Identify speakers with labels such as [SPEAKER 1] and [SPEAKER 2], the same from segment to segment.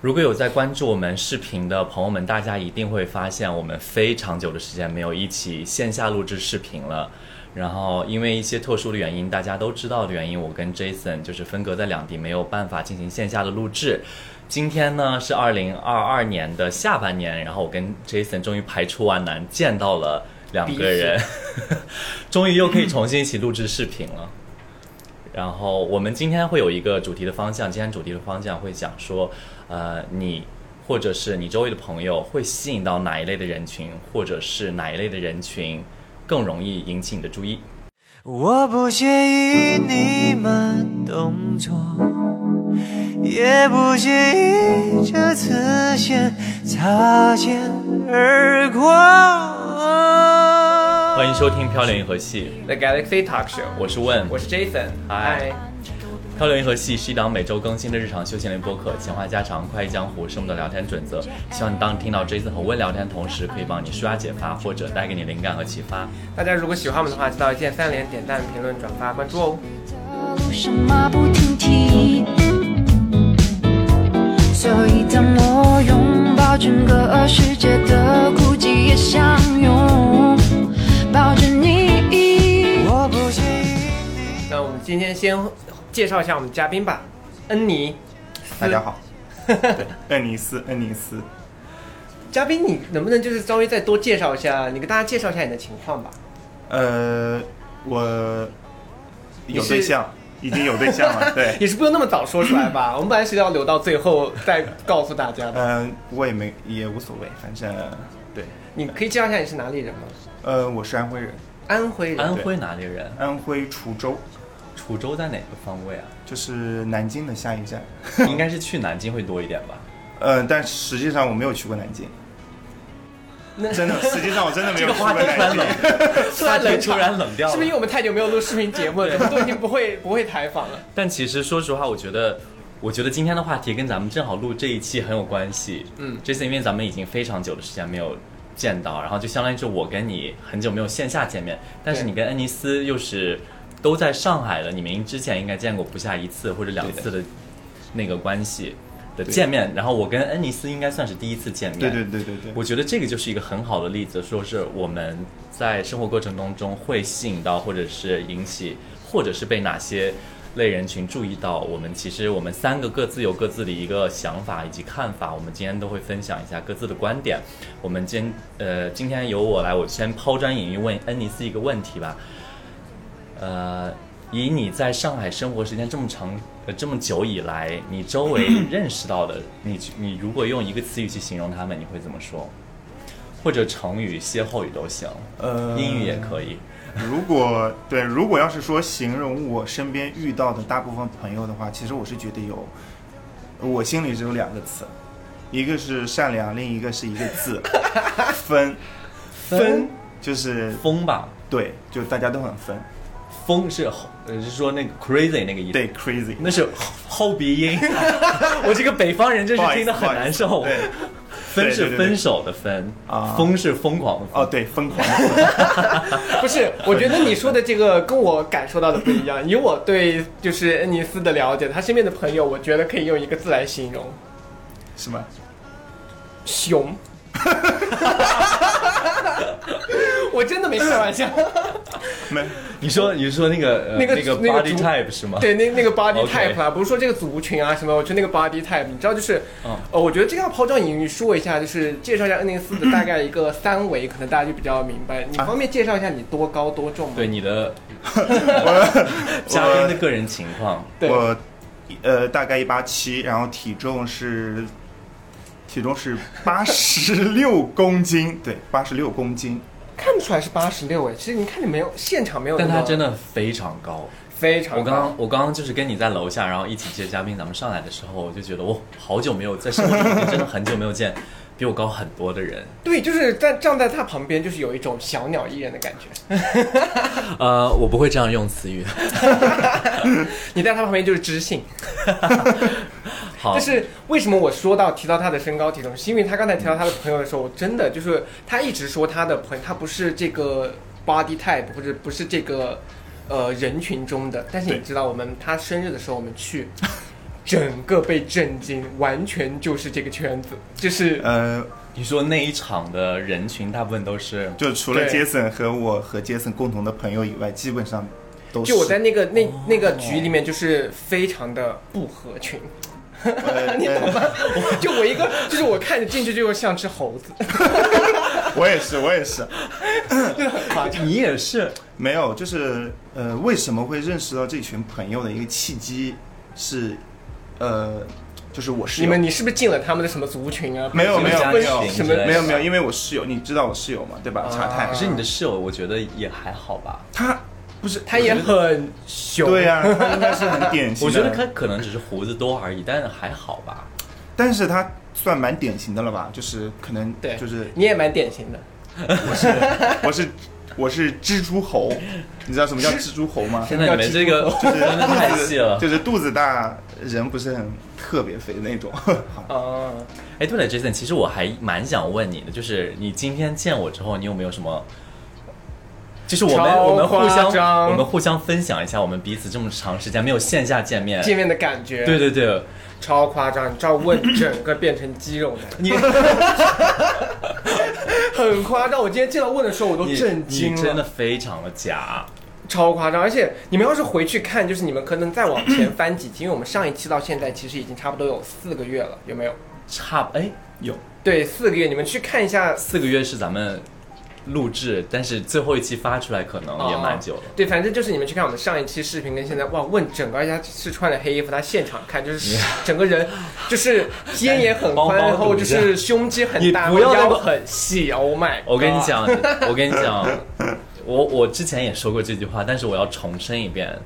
[SPEAKER 1] 如果有在关注我们视频的朋友们，大家一定会发现我们非常久的时间没有一起线下录制视频了。然后因为一些特殊的原因，大家都知道的原因，我跟 Jason 就是分隔在两地，没有办法进行线下的录制。今天呢是二零二二年的下半年，然后我跟 Jason 终于排除万难见到了两个人， 终于又可以重新一起录制视频了。然后我们今天会有一个主题的方向，今天主题的方向会讲说，呃，你或者是你周围的朋友会吸引到哪一类的人群，或者是哪一类的人群更容易引起你的注意。
[SPEAKER 2] 我不介意你慢动作，也不介意这次先擦肩而过。
[SPEAKER 1] 欢迎收听《漂流银河系
[SPEAKER 3] The Galaxy Talk Show》，
[SPEAKER 1] 我是问，
[SPEAKER 3] 我是 Jason，
[SPEAKER 1] 嗨，《漂流银河系》是一档每周更新的日常休闲类播客，闲话家常、快意江湖是我们的聊天准则。希望你当你听到 Jason 和温聊天的同时，可以帮你舒压解乏，或者带给你灵感和启发。
[SPEAKER 3] 大家如果喜欢我们的话，记得一键三连、点赞、评论、转发、关注哦。
[SPEAKER 4] 的路什马不停蹄，所以当我拥抱整个世界的孤寂也相拥，抱着你。
[SPEAKER 2] 我不介意
[SPEAKER 3] 那我们今天先介绍一下我们嘉宾吧，恩妮。
[SPEAKER 5] 大家好，对，恩尼斯，恩尼斯，
[SPEAKER 3] 嘉宾，你能不能就是稍微再多介绍一下，你给大家介绍一下你的情况吧？
[SPEAKER 5] 呃，我有
[SPEAKER 3] 是
[SPEAKER 5] 对象，已经有对象了， 对，
[SPEAKER 3] 也是不用那么早说出来吧，我们本来是要留到最后再告诉大家的。
[SPEAKER 5] 嗯、不过也没也无所谓，反正对，
[SPEAKER 3] 你可以介绍一下你是哪里人吗？
[SPEAKER 5] 呃，我是安徽人，
[SPEAKER 3] 安徽人。
[SPEAKER 1] 安徽哪里人？
[SPEAKER 5] 安徽滁州，
[SPEAKER 1] 滁州在哪个方位啊？
[SPEAKER 5] 就是南京的下一站，
[SPEAKER 1] 应该是去南京会多一点吧。
[SPEAKER 5] 呃，但实际上我没有去过南京，
[SPEAKER 3] 那
[SPEAKER 5] 真的，实际上我真的没有去过
[SPEAKER 1] 突然
[SPEAKER 5] 南京
[SPEAKER 1] 冷，，
[SPEAKER 3] 突然冷场
[SPEAKER 1] 突然冷掉了
[SPEAKER 3] 是不是因为我们太久没有录视频节目了，怎么都已经不会不会采访了？
[SPEAKER 1] 但其实说实话，我觉得，我觉得今天的话题跟咱们正好录这一期很有关系。
[SPEAKER 3] 嗯
[SPEAKER 1] 这次因为咱们已经非常久的时间没有见到，然后就相当于是我跟你很久没有线下见面，但是
[SPEAKER 3] 对
[SPEAKER 1] 你跟恩尼斯又是都在上海了，你们之前应该见过不下一次或者两次的那个关系的见面，然后我跟恩尼斯应该算是第一次见面。
[SPEAKER 5] 对对对对对，
[SPEAKER 1] 我觉得这个就是一个很好的例子，说是我们在生活过程当中会吸引到，或者是引起，或者是被哪些类人群注意到。我们其实我们三个各自有各自的一个想法以及看法，我们今天都会分享一下各自的观点。我们今呃今天由我来，我先抛砖引玉问恩尼斯一个问题吧。呃，以你在上海生活时间这么长、呃这么久以来，你周 围认识到的，你你如果用一个词语去形容他们，你会怎么说？或者成语、歇后语都行，
[SPEAKER 5] 呃，
[SPEAKER 1] 英语也可以。
[SPEAKER 5] 如果对，如果要是说形容我身边遇到的大部分朋友的话，其实我是觉得有，我心里只有两个词，一个是善良，另一个是一个 字，分，
[SPEAKER 1] 分
[SPEAKER 5] 就是
[SPEAKER 1] 疯吧，
[SPEAKER 5] 对，就大家都很分，
[SPEAKER 1] 疯是呃是说那个 crazy 那个意思，
[SPEAKER 5] 对，crazy，
[SPEAKER 1] 那是后鼻音。 我这个北方人真
[SPEAKER 5] 不
[SPEAKER 1] 是
[SPEAKER 5] 好意
[SPEAKER 1] 听得
[SPEAKER 5] 思
[SPEAKER 1] 很
[SPEAKER 5] 不好意思
[SPEAKER 1] 难受。
[SPEAKER 5] 对，
[SPEAKER 1] 分
[SPEAKER 5] 对
[SPEAKER 1] 是
[SPEAKER 5] 对对
[SPEAKER 1] 分手的分，
[SPEAKER 5] 啊
[SPEAKER 1] 疯是疯狂的疯。
[SPEAKER 5] 哦对，疯狂的疯，
[SPEAKER 3] 不是，我觉得你说的这个跟我感受到的不一样。以我对就是恩尼斯的了解，他身边的朋友，我觉得可以用一个字来形容：
[SPEAKER 5] 是吗？
[SPEAKER 3] 熊。 我真的没开玩 笑，
[SPEAKER 5] 没，
[SPEAKER 1] 你说你说那个呃
[SPEAKER 3] 那个
[SPEAKER 1] 那个
[SPEAKER 3] 那个
[SPEAKER 1] body
[SPEAKER 3] 族
[SPEAKER 1] type 是吗？
[SPEAKER 3] 对，那那个 body
[SPEAKER 1] OK
[SPEAKER 3] type 啊，不是说这个族群啊什么，我觉得那个 body type，你知道就是，
[SPEAKER 1] 嗯
[SPEAKER 3] 呃，我觉得这个要抛砖引玉说一下，就是介绍一下恩尼斯的大概一个三维，可能大家就比较明白。你方便介绍一下你多高多重吗？
[SPEAKER 1] 对，你的
[SPEAKER 5] 我
[SPEAKER 1] 嘉宾的个人情况。
[SPEAKER 3] 对
[SPEAKER 5] 我呃大概一八七，然后体重是体重是八十六 公斤，对，八十六公斤。
[SPEAKER 3] 看不出来是八十六哎，其实你看你没有现场没有那
[SPEAKER 1] 但
[SPEAKER 3] 么，
[SPEAKER 1] 他真的非常高。
[SPEAKER 3] 非常
[SPEAKER 1] 我刚
[SPEAKER 3] 高
[SPEAKER 1] 刚我刚刚就是跟你在楼下，然后一起接嘉宾，咱们上来的时候，我就觉得我好久没有在生活中已经真的很久没有见比我高很多的人。
[SPEAKER 3] 对，就是在站在他旁边，就是有一种小鸟依人的感觉。
[SPEAKER 1] 呃，我不会这样用词语。
[SPEAKER 3] 你在他旁边就是知性。
[SPEAKER 1] 好
[SPEAKER 5] 啊
[SPEAKER 3] 就，是为什么我说到提到他的身高体重，是因为他刚才提到他的朋友的时候，我真的就是他一直说他的朋友，他不是这个 body type 或者不是这个呃人群中的。但是你
[SPEAKER 5] 对
[SPEAKER 3] 知道，我们他生日的时候我们去，整个被震惊，完全就是这个圈子，就是
[SPEAKER 5] 呃，
[SPEAKER 1] 你说那一场的人群大部分都是
[SPEAKER 5] 就除了
[SPEAKER 3] 对
[SPEAKER 5] Jason 和我和 Jason 共同的朋友以外，基本上都是。哦
[SPEAKER 3] 就我在那个那那个局里面，就是非常的不合群，
[SPEAKER 5] 呃，
[SPEAKER 3] 你懂
[SPEAKER 5] 呃
[SPEAKER 3] 吗？就我一个，就是我看着进去就像只猴子，
[SPEAKER 5] 我也是，我也是，
[SPEAKER 1] 啊，你也是
[SPEAKER 5] 没有，就是呃，为什么会认识到这群朋友的一个契机是，呃，就是我室
[SPEAKER 3] 你
[SPEAKER 5] 友。
[SPEAKER 3] 们你是不是进了他们的什么族群啊？
[SPEAKER 5] 没有没有
[SPEAKER 3] 什么
[SPEAKER 5] 没有
[SPEAKER 3] 什么
[SPEAKER 5] 没有没有，因为我室友，你知道我室友嘛，对
[SPEAKER 3] 啊
[SPEAKER 5] 吧？茶太
[SPEAKER 1] 可，是你的室友，我觉得也还好吧。
[SPEAKER 5] 他不是
[SPEAKER 3] 他也很熊，
[SPEAKER 5] 对呀、他应该是很典型的。
[SPEAKER 1] 我觉得他可能只是胡子多而已，但是还好吧。
[SPEAKER 5] 但是他算蛮典型的了吧？就是可能
[SPEAKER 3] 对，
[SPEAKER 5] 就是
[SPEAKER 3] 你也蛮典型的，
[SPEAKER 5] 我是我是蜘蛛猴，你知道什么叫蜘蛛猴吗？
[SPEAKER 1] 现在你们这个
[SPEAKER 5] 就是
[SPEAKER 1] 真的太细了。
[SPEAKER 5] 就是肚子大，人不是很特别肥 那种。
[SPEAKER 3] 啊，
[SPEAKER 1] 哎，对了，Jason，其实我还蛮想问你的，就是你今天见我之后，你有没有什么？就是我们
[SPEAKER 3] 超
[SPEAKER 1] 我们互
[SPEAKER 3] 夸张
[SPEAKER 1] 相我们互相分享一下，我们彼此这么长时间没有线下见面。
[SPEAKER 3] 见面的感觉，
[SPEAKER 1] 对，对对，
[SPEAKER 3] 超夸张，你知道 问整个变成肌肉男，
[SPEAKER 1] 你
[SPEAKER 3] 很夸张。我今天见到问的时候，我都
[SPEAKER 1] 你
[SPEAKER 3] 震
[SPEAKER 1] 你
[SPEAKER 3] 惊了，
[SPEAKER 1] 真的非常的假。
[SPEAKER 3] 超夸张。而且你们要是回去看，就是你们可能再往前翻几集，因为我们上一期到现在其实已经差不多有四个月了，有没有？
[SPEAKER 1] 差不哎，有
[SPEAKER 3] 对，四个月，你们去看一下
[SPEAKER 1] 四个月是咱们录制，但是最后一期发出来可能也
[SPEAKER 3] 哦
[SPEAKER 1] 蛮久了。
[SPEAKER 3] 啊对，反正就是你们去看我们上一期视频跟现在，哇，问整个他是穿着黑衣服，他现场看 就是整个人就是肩也很
[SPEAKER 1] 帮
[SPEAKER 3] 宽，
[SPEAKER 1] 帮
[SPEAKER 3] 然后
[SPEAKER 1] 我
[SPEAKER 3] 就
[SPEAKER 1] 一下
[SPEAKER 3] 是胸肌很大，
[SPEAKER 1] 你不要那
[SPEAKER 3] 腰
[SPEAKER 1] 么
[SPEAKER 3] 很细，Oh my！
[SPEAKER 1] 我跟你
[SPEAKER 3] God，
[SPEAKER 1] 讲，我跟你 讲，我我之前也说过这句话，但是我要重申一遍，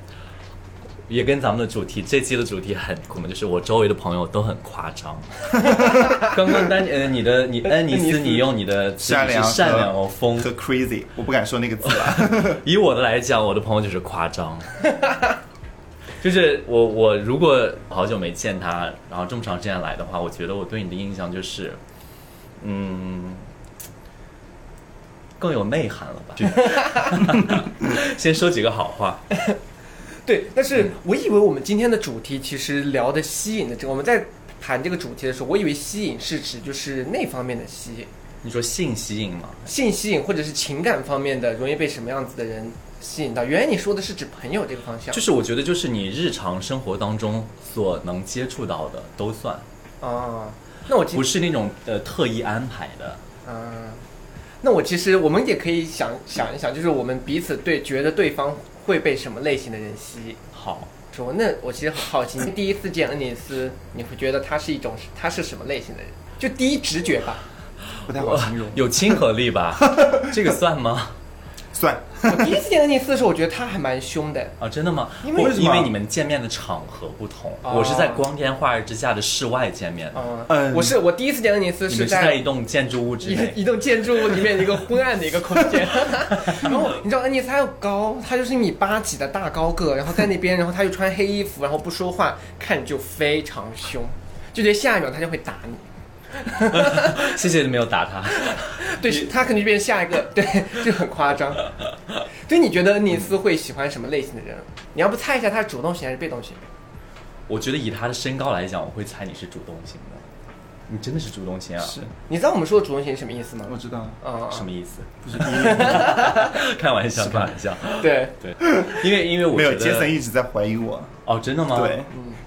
[SPEAKER 1] 也跟咱们的主题这期的主题很苦嘛，就是我周围的朋友都很夸张。 刚刚丹呃你的你恩尼斯，你用你的词
[SPEAKER 5] 善
[SPEAKER 1] 语
[SPEAKER 5] 良
[SPEAKER 1] 是
[SPEAKER 5] 和
[SPEAKER 1] 善良哦风
[SPEAKER 5] 和，crazy，我不敢说那个 字了。
[SPEAKER 1] 以我的来讲，我的朋友就是夸 张。就是我，我如果好久没见他，然后这么长时间来的话，我觉得我对你的印象就是，嗯，更有内涵了吧？ 先说几个好话，
[SPEAKER 3] 对，但是我以为我们今天的主题其实聊的吸引的这个，我们在谈这个主题的时候，我以为吸引是指就是那方面的吸引，
[SPEAKER 1] 你说性吸引吗？
[SPEAKER 3] 性吸引或者是情感方面的，容易被什么样子的人吸引到？原来你说的是指朋友这个方向，
[SPEAKER 1] 就是我觉得就是你日常生活当中所能接触到的都算，
[SPEAKER 3] 啊，那我今
[SPEAKER 1] 不是那种呃特意安排的。
[SPEAKER 3] 嗯，那我其实我们也可以想想一想，就是我们彼此对觉得对方会被什么类型的人吸引
[SPEAKER 1] 好，
[SPEAKER 3] 住。那我其实很好奇，你第一次见恩尼斯，你会觉得他是一种他是什么类型的人？就第一直觉 吧。
[SPEAKER 5] 不太好形容。
[SPEAKER 1] 有亲和力 吧？这个算吗？
[SPEAKER 5] 算，
[SPEAKER 3] 我第一次见恩尼斯的时候，我觉得他还蛮凶的。
[SPEAKER 1] 啊，真的吗？
[SPEAKER 3] 因为
[SPEAKER 1] 我
[SPEAKER 5] 为什么
[SPEAKER 1] 因为你们见面的场合不同，
[SPEAKER 3] 哦
[SPEAKER 1] 我是在光天化日之下的室外见面，
[SPEAKER 3] 嗯，
[SPEAKER 5] 嗯
[SPEAKER 3] 我是我第一次见恩尼斯
[SPEAKER 1] 你们
[SPEAKER 3] 是
[SPEAKER 1] 是在一
[SPEAKER 3] 在。
[SPEAKER 1] 栋建筑物之
[SPEAKER 3] 一
[SPEAKER 1] 内。
[SPEAKER 3] 一栋建筑物里面的一个昏暗的一个空间，然后你知道恩尼斯他又高，他就是一米八几的大高个，然后在那边，然后他又穿黑衣服，然后不说话，看着就非常凶，就觉得下一秒他就会打你。
[SPEAKER 1] 谢谢你没有打他。
[SPEAKER 3] 对他可能就变成下一个，对，就很夸张。对，你觉得恩尼斯会喜欢什么类型的人？你要不猜一下他是主动型还是被动型？
[SPEAKER 1] 我觉得以他的身高来讲，我会猜你是主动型的。你真的 是主动型啊？
[SPEAKER 5] 是
[SPEAKER 3] 你知道我们说的主动型是什么意思吗？
[SPEAKER 5] 我知道，
[SPEAKER 3] 啊、
[SPEAKER 1] 什么意思？
[SPEAKER 5] 不是第一，
[SPEAKER 1] 开玩笑，开玩笑。
[SPEAKER 3] 对，
[SPEAKER 1] 对，因为因为我
[SPEAKER 5] 没有
[SPEAKER 1] 觉得
[SPEAKER 5] 杰森一直在怀疑我，
[SPEAKER 1] 哦，真的吗？
[SPEAKER 5] 对，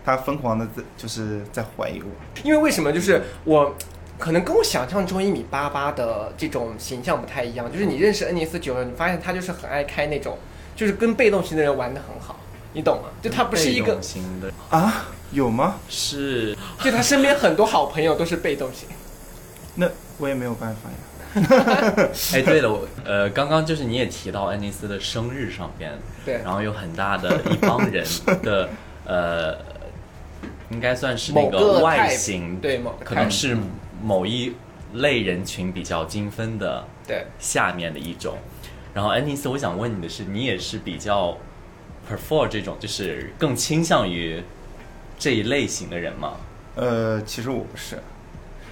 [SPEAKER 5] 他疯狂的在就是在怀疑我，
[SPEAKER 3] 因为为什么就是我。可能跟我想象中一米八八的这种形象不太一样，就是你认识恩尼斯久了，你发现他就是很爱开那种，就是跟被动型的人玩的很好，你懂吗？就他不是一
[SPEAKER 1] 被
[SPEAKER 3] 个
[SPEAKER 1] 动，型的，
[SPEAKER 5] 啊，有吗？
[SPEAKER 1] 是
[SPEAKER 3] 就他身边很多好朋友都是被 动型。
[SPEAKER 5] 那我也没有办法呀。
[SPEAKER 1] 哎，对了，我呃，刚刚就是你也提到安妮斯的生日上边，
[SPEAKER 3] 对
[SPEAKER 1] 然后有很大的一帮人的呃，应该算是那
[SPEAKER 3] 某个
[SPEAKER 1] 外
[SPEAKER 3] type，
[SPEAKER 1] 形，
[SPEAKER 3] 对某个
[SPEAKER 1] 可能
[SPEAKER 3] type
[SPEAKER 1] 是某一类人群比较精分的
[SPEAKER 3] 对，
[SPEAKER 1] 下面的一种。然后安妮斯，我想问你的是，你也是比较 prefer 这种，就是更倾向于这一类型的人吗？
[SPEAKER 5] 呃，其实我不是，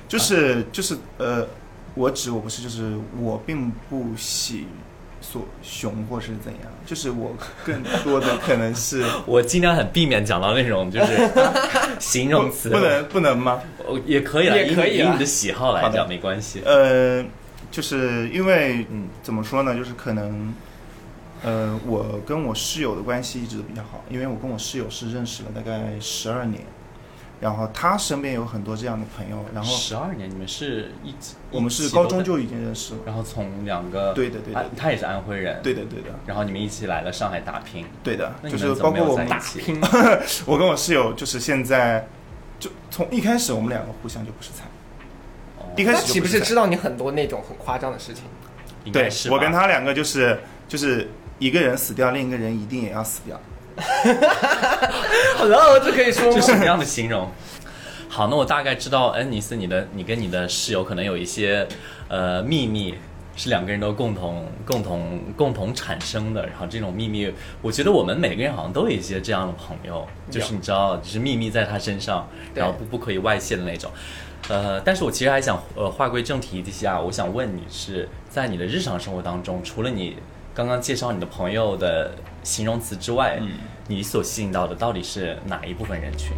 [SPEAKER 5] 就是就是呃，我指我不是，就是我并不喜所熊或是怎样，就是我更多的可能 是
[SPEAKER 1] 我尽量很避免讲到那种就是形容词，
[SPEAKER 5] 不不能不能吗？
[SPEAKER 1] 我也可以了，
[SPEAKER 3] 也可以
[SPEAKER 1] 以你以
[SPEAKER 3] 啦
[SPEAKER 1] 你的喜好来
[SPEAKER 5] 好的
[SPEAKER 1] 讲没关系。
[SPEAKER 5] 呃，就是因为
[SPEAKER 1] 嗯
[SPEAKER 5] 怎么说呢，就是可能，呃，我跟我室友的关系一直都比较好，因为我跟我室友是认识了大概十二年，然后他身边有很多这样的朋友，然后
[SPEAKER 1] 十二年，你们是一起，
[SPEAKER 5] 我们是
[SPEAKER 1] 一起都
[SPEAKER 5] 高中
[SPEAKER 1] 在，
[SPEAKER 5] 就已经认识了，
[SPEAKER 1] 然后从两个
[SPEAKER 5] 对的对的
[SPEAKER 1] 安他也是安徽人，
[SPEAKER 5] 对的对的
[SPEAKER 1] 然后你们一起来了上海打拼，
[SPEAKER 5] 对的，
[SPEAKER 1] 那你
[SPEAKER 5] 就
[SPEAKER 1] 们
[SPEAKER 5] 是
[SPEAKER 1] 怎
[SPEAKER 5] 包
[SPEAKER 1] 么没
[SPEAKER 5] 括
[SPEAKER 1] 有
[SPEAKER 5] 我
[SPEAKER 1] 在
[SPEAKER 5] 们
[SPEAKER 1] 一起？
[SPEAKER 5] 我跟我室友就是现在就从一开始我们两个互相就不是菜，
[SPEAKER 1] 哦
[SPEAKER 5] 一开
[SPEAKER 3] 他
[SPEAKER 5] 始就
[SPEAKER 3] 岂不
[SPEAKER 5] 是
[SPEAKER 3] 是
[SPEAKER 5] 菜
[SPEAKER 3] 知道你很多那种很夸张 的事情？
[SPEAKER 1] 应
[SPEAKER 5] 对
[SPEAKER 1] 该是，吧
[SPEAKER 5] 我跟他两个就是就是一个人死掉，另一个人一定也要死掉。
[SPEAKER 3] 然后这可以说
[SPEAKER 1] 这
[SPEAKER 3] 吗
[SPEAKER 1] 是什么样的形容？好，那我大概知道恩尼斯，你的你跟你的室友可能有一些呃秘密，是两个人都共同共同共同产生的。然后这种秘密，我觉得我们每个人好像都有一些这样的朋友，就是你知道，就是秘密在他身上，
[SPEAKER 3] 对
[SPEAKER 1] 然后不不可以外泄的那种。呃，但是我其实还想呃话归正题一下，我想问你是在你的日常生活当中，除了你刚刚介绍你的朋友的形容词之外，你所吸引到的到底是哪一部分人群？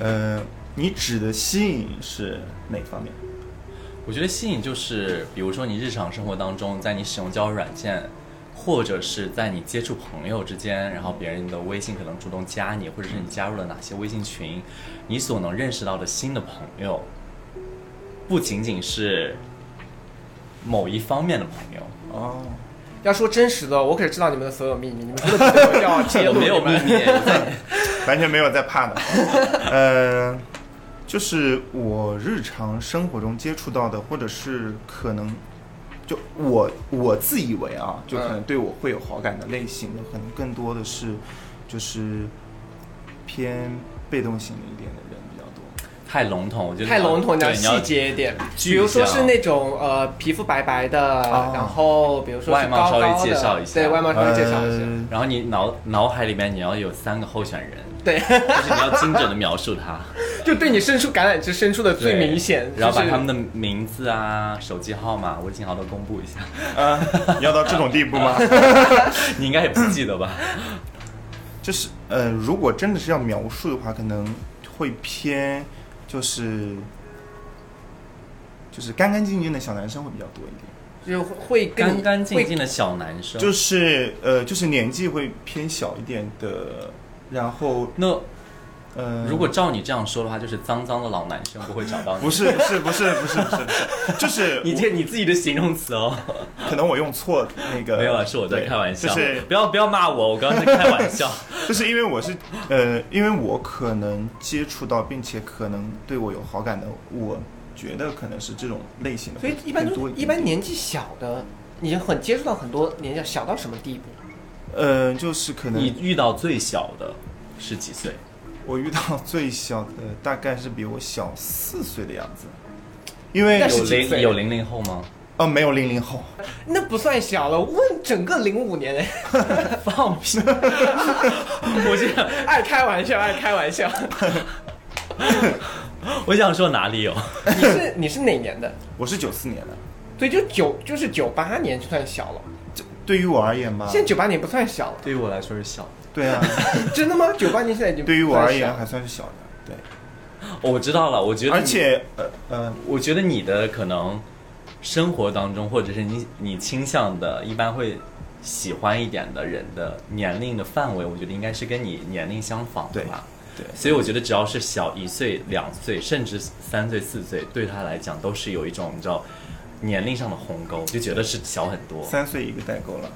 [SPEAKER 5] 呃，你指的吸引是哪方面？
[SPEAKER 1] 我觉得吸引就是，比如说你日常生活当中，在你使用交友软件，或者是在你接触朋友之间，然后别人的微信可能主动加你，或者是你加入了哪些微信群，你所能认识到的新的朋友，不仅仅是某一方面的朋友，
[SPEAKER 5] 哦，
[SPEAKER 3] 要说真实的，我可是知道你们的所有秘密，你们真的不得要揭
[SPEAKER 1] 我
[SPEAKER 3] 露
[SPEAKER 1] 没有
[SPEAKER 3] 你
[SPEAKER 1] 秘
[SPEAKER 3] 们
[SPEAKER 1] 密，我在
[SPEAKER 5] 完全没有在怕的。呃，就是我日常生活中接触到的，或者是可能就我我自以为啊，就可能对我会有好感的类型的，可能更多的是就是偏被动型的一点的人比较多。
[SPEAKER 1] 太笼统，我觉得
[SPEAKER 3] 太笼统，你要
[SPEAKER 1] 对，你要
[SPEAKER 3] 细节一点。
[SPEAKER 1] 具
[SPEAKER 3] 比如说
[SPEAKER 1] 象
[SPEAKER 3] 是那种呃皮肤白白的，
[SPEAKER 5] 哦
[SPEAKER 3] 然后比如说
[SPEAKER 1] 外
[SPEAKER 3] 是
[SPEAKER 1] 貌
[SPEAKER 3] 高高
[SPEAKER 1] 稍微
[SPEAKER 3] 的，
[SPEAKER 1] 介绍一下
[SPEAKER 3] 对外貌稍微介绍一下。
[SPEAKER 5] 呃
[SPEAKER 1] 然后你脑脑海里面你要有三个候选人，
[SPEAKER 3] 对，
[SPEAKER 1] 就是你要精准的描述他。
[SPEAKER 3] 就对你伸出橄榄枝，伸出的最
[SPEAKER 1] 对
[SPEAKER 3] 明显，
[SPEAKER 1] 然后把
[SPEAKER 3] 就是
[SPEAKER 1] 他们的名字啊、手机号码、微信号都公布一下。
[SPEAKER 5] 啊，要到这种地步吗？
[SPEAKER 1] 你应该也不记得吧？
[SPEAKER 5] 就是呃，如果真的是要描述的话，可能会偏就是就是干干净净的小男生会比较多一点，
[SPEAKER 3] 就是会跟
[SPEAKER 1] 干
[SPEAKER 3] 你
[SPEAKER 1] 干净
[SPEAKER 3] 会
[SPEAKER 1] 净的小男生。
[SPEAKER 5] 就是呃，就是年纪会偏小一点的，然后
[SPEAKER 1] 那
[SPEAKER 5] 呃，
[SPEAKER 1] 如果照你这样说的话，就是脏脏的老男生不会找到你。
[SPEAKER 5] 不是不是不是不是不是不是， 就是
[SPEAKER 1] 你这你自己的形容词哦，
[SPEAKER 5] 可能我用错那个，
[SPEAKER 1] 没有啊，是我在
[SPEAKER 5] 呃对
[SPEAKER 1] 开玩笑，
[SPEAKER 5] 就是
[SPEAKER 1] 不要不要骂我，我刚刚在开玩笑。
[SPEAKER 5] 就是因为我是呃，因为我可能接触到并且可能对我有好感的，我觉得可能是这种类型的
[SPEAKER 3] 所
[SPEAKER 5] 会
[SPEAKER 3] 以一般
[SPEAKER 5] 更
[SPEAKER 3] 都
[SPEAKER 5] 多
[SPEAKER 3] 是
[SPEAKER 5] 点
[SPEAKER 3] 一般年纪小的，你很接触到很多年纪小到什么地步？
[SPEAKER 5] 呃，就是可
[SPEAKER 1] 你
[SPEAKER 5] 能
[SPEAKER 1] 遇到最小的是几岁？
[SPEAKER 5] 我遇到最小的大概是比我小四岁的样子，因为
[SPEAKER 3] 那
[SPEAKER 5] 有
[SPEAKER 1] 有
[SPEAKER 3] 是几
[SPEAKER 1] 零
[SPEAKER 3] 岁
[SPEAKER 1] 有零零后吗？
[SPEAKER 5] 哦没有零零后，
[SPEAKER 3] 那不算小了，问整个零五年哎，
[SPEAKER 1] 放屁！我这样，
[SPEAKER 3] 爱开玩笑，爱开玩笑。
[SPEAKER 1] 我想说哪里有？
[SPEAKER 3] 你是你是哪年的？
[SPEAKER 5] 我是九四年的，
[SPEAKER 3] 对，就九就是九八年就算小了，
[SPEAKER 5] 对于我而言吧，
[SPEAKER 3] 现在九八年不算小了，
[SPEAKER 1] 对于我来说是小的。
[SPEAKER 5] 对啊，
[SPEAKER 3] 真的吗？九八年现在已经
[SPEAKER 5] 对于我而言还
[SPEAKER 3] 还
[SPEAKER 5] 算是小的，对，
[SPEAKER 1] 哦我知道了，我觉得
[SPEAKER 5] 而
[SPEAKER 1] 你
[SPEAKER 5] 且呃呃
[SPEAKER 1] 我觉得你的可能生活当中，或者是你你倾向的，一般会喜欢一点的人的年龄的范围，我觉得应该是跟你年龄相仿的吧。
[SPEAKER 5] 对对
[SPEAKER 1] 所以我觉得只要是小一岁、两岁，甚至三岁、四岁，对他来讲都是有一种你知道年龄上的鸿沟，就觉得是小很多。
[SPEAKER 5] 三岁一个代沟了，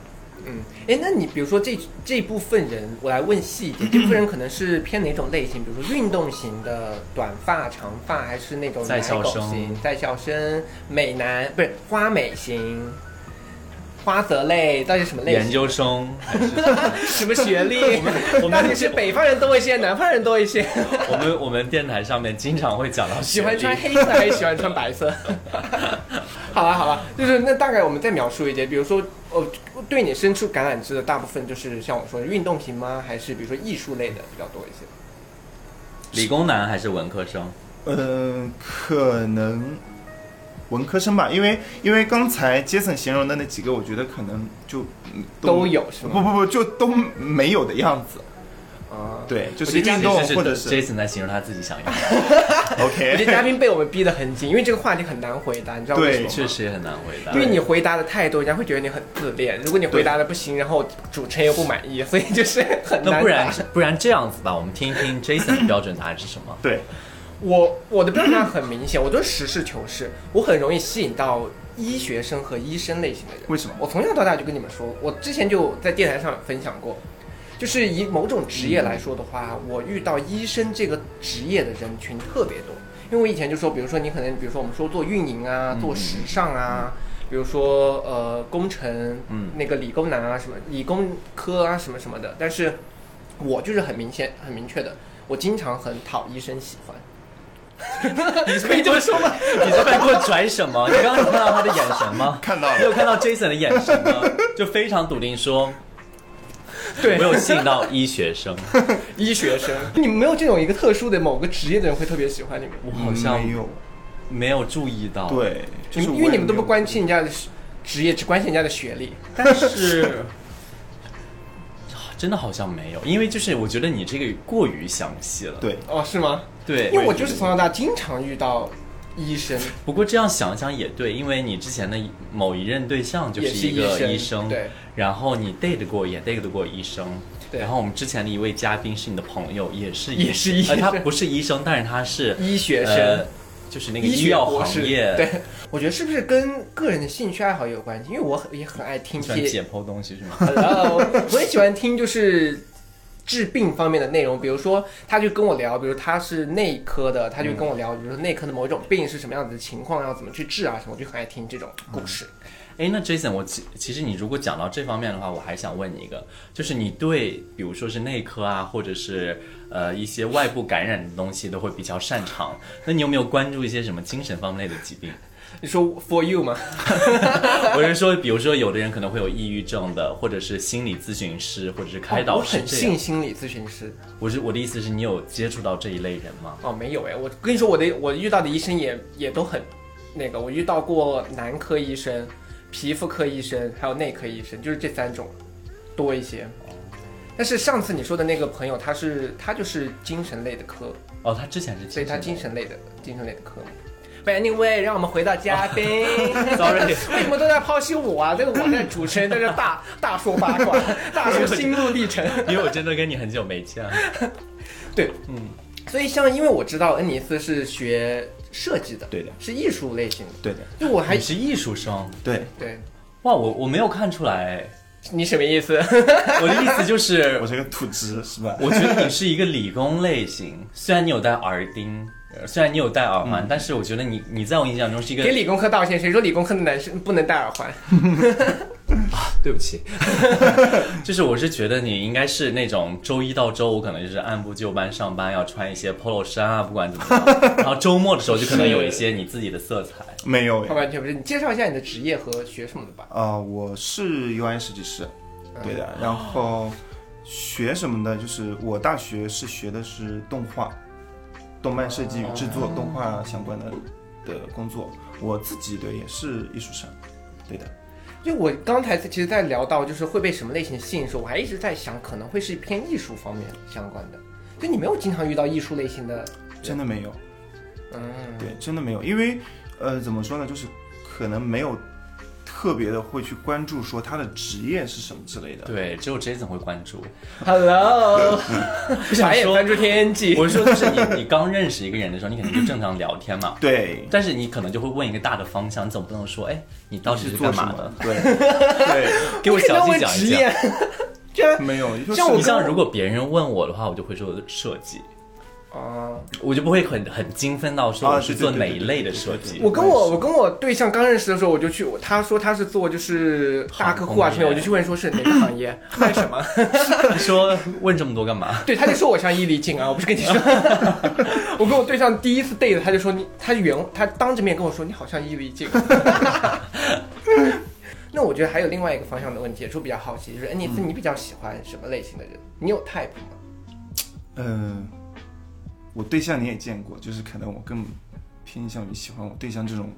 [SPEAKER 3] 嗯，哎，那你比如说这这部分人，我来问细一点，
[SPEAKER 5] 嗯
[SPEAKER 3] 这部分人可能是偏哪种类型？比如说运动型的短发、长发，还是那种
[SPEAKER 1] 在校生
[SPEAKER 3] 奶狗型、在校生、美男不是花美型、花泽类，到底什么类型？
[SPEAKER 1] 研究生，
[SPEAKER 3] 什么学历？
[SPEAKER 1] 我们
[SPEAKER 3] 到底是北方人多一些，南方人多一些？
[SPEAKER 1] 我们 我们电台上面经常会讲到
[SPEAKER 3] 喜欢
[SPEAKER 1] 学历
[SPEAKER 3] 穿黑色还是喜欢穿白色？好了好了，就是那大概我们再描述一些，比如说，呃，对你伸出橄榄枝的大部分就是像我说的运动型吗？还是比如说艺术类的比较多一些？
[SPEAKER 1] 理工男还是文科生？
[SPEAKER 5] 嗯，可能文科生吧，因为因为刚才杰森形容的那几个，我觉得可能就嗯
[SPEAKER 3] 都有是吗
[SPEAKER 5] 不不不，就都没有的样子。
[SPEAKER 3] 啊、
[SPEAKER 5] 对，就
[SPEAKER 1] 我
[SPEAKER 5] 是
[SPEAKER 1] 觉得
[SPEAKER 5] 运
[SPEAKER 1] 这
[SPEAKER 5] 动
[SPEAKER 1] 其实
[SPEAKER 5] 或者
[SPEAKER 1] 是
[SPEAKER 5] 是
[SPEAKER 1] Jason 在形容他自己想要的，
[SPEAKER 3] 我觉得
[SPEAKER 5] OK，
[SPEAKER 3] 嘉宾被我们逼得很紧，因为这个话题很难回答，你知道为
[SPEAKER 5] 对
[SPEAKER 3] 什么吗？
[SPEAKER 1] 确实也很难回答。
[SPEAKER 3] 因为你回答的太多，人家会觉得你很自恋。如果你回答的不行，然后主持人又不满意，所以就是很
[SPEAKER 1] 那
[SPEAKER 3] 难答。
[SPEAKER 1] 不然不然这样子吧，我们听一听 Jason 的标准答案是什么？
[SPEAKER 5] 对，
[SPEAKER 3] 我我的标准答案很明显，我就是实事求是，我很容易吸引到医学生和医生类型的人。
[SPEAKER 5] 为什么
[SPEAKER 3] 我从小到大就跟你们说，我之前就在电台上分享过，就是以某种职业来说的话，我遇到医生这个职业的人群特别多。因为我以前就说，比如说你可能，比如说我们说做运营啊，
[SPEAKER 1] 嗯
[SPEAKER 3] 做时尚啊，比如说呃工程，
[SPEAKER 1] 嗯
[SPEAKER 3] 那个理工男啊什么，理工科啊什么什么的，但是我就是很明显、很明确的，我经常很讨医生喜欢。 可以这么说吗？
[SPEAKER 1] 你是在给我拽什 么？你刚刚有看到他的眼神吗？
[SPEAKER 5] 看到了
[SPEAKER 1] 你有看到 Jason 的眼神 吗？就非常笃定说，
[SPEAKER 3] 对，
[SPEAKER 1] 我有吸引到医学生，
[SPEAKER 3] 医学生，你们没有这种一个特殊的某个职业的人会特别喜欢你们，
[SPEAKER 1] 我好像
[SPEAKER 5] 没有，
[SPEAKER 1] 没有注意到。，
[SPEAKER 5] 对，就
[SPEAKER 3] 你
[SPEAKER 5] 是
[SPEAKER 3] 们
[SPEAKER 5] 我
[SPEAKER 3] 因为你们都
[SPEAKER 5] 也
[SPEAKER 3] 不
[SPEAKER 5] 没有
[SPEAKER 3] 关心人家的学职业，只关心人家的学历。
[SPEAKER 1] 但是。真的好像没有，因为就是我觉得你这个过于详细了。
[SPEAKER 5] 对，
[SPEAKER 3] 哦，是吗？
[SPEAKER 1] 对，
[SPEAKER 3] 因为我就是从小到大经常遇到医生，
[SPEAKER 1] 不过这样想想也对，因为你之前的某一任对象 就是一
[SPEAKER 3] 也
[SPEAKER 1] 个
[SPEAKER 3] 是医生
[SPEAKER 1] 医生，
[SPEAKER 3] 对，
[SPEAKER 1] 然后你 date 过也 date 过医生，
[SPEAKER 3] 对
[SPEAKER 1] 然后我们之前的一位嘉宾是你的朋友，也是
[SPEAKER 3] 也是医生
[SPEAKER 1] 呃他不是医生，但是他是
[SPEAKER 3] 医学生
[SPEAKER 1] 呃就是那个
[SPEAKER 3] 医
[SPEAKER 1] 医
[SPEAKER 3] 学
[SPEAKER 1] 药
[SPEAKER 3] 博
[SPEAKER 1] 行
[SPEAKER 3] 士。
[SPEAKER 1] 业
[SPEAKER 3] 对，我觉得是不是跟个人的兴趣爱好也有关系？因为我很也很爱听
[SPEAKER 1] 你
[SPEAKER 3] 一
[SPEAKER 1] 喜欢
[SPEAKER 3] 些
[SPEAKER 1] 解剖东西是吗？
[SPEAKER 3] Hello，我很喜欢听就是治病方面的内容，比如说他就跟我聊，比如他是内科的，他就跟我聊，比如说内科的某一种病是什么样子的情况，要怎么去治啊什么，我就很爱听这种故事。
[SPEAKER 1] 哎，那 Jason，我其其实你如果讲到这方面的话，我还想问你一个，就是你对比如说是内科啊，或者是呃一些外部感染的东西都会比较擅长，那你有没有关注一些什么精神方面的疾 病？
[SPEAKER 3] 你说 for you 吗？
[SPEAKER 1] 我是说，比如说，有的人可能会有抑郁症的，或者是心理咨询师，或者是开
[SPEAKER 3] 哦我
[SPEAKER 1] 导师
[SPEAKER 3] 很
[SPEAKER 1] 这
[SPEAKER 3] 信
[SPEAKER 1] 样。
[SPEAKER 3] 心理咨询师
[SPEAKER 1] 我是我的意思是你有接触到这一类人吗？
[SPEAKER 3] 哦，没有哎，我跟你说我的我遇到的医生也也都很那个，我遇到过男科医生、皮肤科医生还有内科医生，就是这三种多一些。但是上次你说的那个朋友，他是他就是精神类的科，
[SPEAKER 1] 哦，他之前是
[SPEAKER 3] 所以他精
[SPEAKER 1] 精
[SPEAKER 3] 神类的精神类的科目。But anyway，让我们回到嘉宾。
[SPEAKER 1] Sorry
[SPEAKER 3] 为什么都在剖析我啊？这个我在主持人在这大大说八卦，大说心路历程。
[SPEAKER 1] 因为我真的跟你很久没 见了。
[SPEAKER 3] 对，嗯。所以像，因为我知道恩尼斯是学设计的，
[SPEAKER 5] 对的
[SPEAKER 3] 是艺术类型的。
[SPEAKER 5] 对的，
[SPEAKER 3] 就我还
[SPEAKER 1] 你是艺术生，
[SPEAKER 5] 对，
[SPEAKER 3] 对
[SPEAKER 1] 哇，我我没有看出来。
[SPEAKER 3] 你什么意思？
[SPEAKER 1] 我的意思就是
[SPEAKER 5] 我，是个土直是吧？
[SPEAKER 1] 我觉得你是一个理工类型，虽然你有戴耳钉，呃虽然你有戴耳环，但是我觉得你你在我印象中是一个
[SPEAKER 3] 给理工科道歉，谁说理工科的男生不能戴耳环？
[SPEAKER 1] 对不起， 就是我是觉得你应该是那种周一到周五可能就是按部就班上班，要穿一些 polo 衫啊，不管怎么样，然后周末的时候就可能有一些你自己的色彩。
[SPEAKER 5] 没有
[SPEAKER 3] 他，完全不是。你介绍一下你的职业和学什么的吧。嗯
[SPEAKER 5] 啊，我是 UI 设计师，对
[SPEAKER 1] 哎
[SPEAKER 5] 的，然后学什么的，就是我大学是学的是动画，动漫设计与制
[SPEAKER 1] 哦
[SPEAKER 5] 作、动画相关的的工作。我自己对也是艺术生，对的，
[SPEAKER 3] 就我刚才其实，在聊到就是会被什么类型吸引的时候，我还一直在想，可能会是偏艺术方面相关的。就你没有经常遇到艺术类型的，
[SPEAKER 5] 真的没有，
[SPEAKER 3] 嗯，
[SPEAKER 5] 对，真的没有，因为呃，怎么说呢，就是可能没有特别的会去关注说他的职业是什么之类 的。
[SPEAKER 1] 对，只有 Jason 会关注。
[SPEAKER 3] Hello，
[SPEAKER 1] 想
[SPEAKER 3] 傻眼
[SPEAKER 1] 说
[SPEAKER 3] 翻出天际。
[SPEAKER 1] 我是说，就是你你刚认识一个人的时候，你肯定就正常聊天嘛。
[SPEAKER 5] 对，
[SPEAKER 1] 但是你可能就会问一个大的方向，你总不能说，哎，你到底
[SPEAKER 5] 是
[SPEAKER 1] 是
[SPEAKER 5] 做
[SPEAKER 1] 干
[SPEAKER 5] 什
[SPEAKER 1] 嘛
[SPEAKER 5] 么
[SPEAKER 1] 的？？
[SPEAKER 5] 对对，
[SPEAKER 1] 给我详细讲
[SPEAKER 3] 职
[SPEAKER 1] 一讲
[SPEAKER 3] 业。，居然
[SPEAKER 5] 没有，就 是
[SPEAKER 3] 像我
[SPEAKER 1] 你
[SPEAKER 3] 刚
[SPEAKER 1] 像如果别人问我的话，我就会说设计。
[SPEAKER 3] 哦，
[SPEAKER 1] 我就不会很很精分到说
[SPEAKER 5] 啊
[SPEAKER 1] 我是
[SPEAKER 5] 对
[SPEAKER 1] 做
[SPEAKER 5] 对
[SPEAKER 1] 哪
[SPEAKER 5] 对
[SPEAKER 1] 一
[SPEAKER 5] 对
[SPEAKER 1] 类的
[SPEAKER 5] 对
[SPEAKER 1] 设计。
[SPEAKER 5] 对对
[SPEAKER 3] 我跟我我跟我对象刚认识的时候，我就去，他说他是做就是大客户啊
[SPEAKER 1] 航空业
[SPEAKER 3] 什么的，我就去问说是哪个行业，卖什么？
[SPEAKER 1] 你 说问这么多干嘛？
[SPEAKER 3] 对，他就说我像伊丽静啊，我不是跟你说，我跟我对象第一次 date，他就说你，他原他当着面跟我说你好像伊丽静。 那我觉得还有另外一个方向的问题，也是我比较好奇，就是哎，你
[SPEAKER 1] 嗯
[SPEAKER 3] 你比较喜欢什么类型的人？你有 type 吗？
[SPEAKER 5] 嗯，我对象你也见过，就是可能我更偏向于喜欢我对象这种，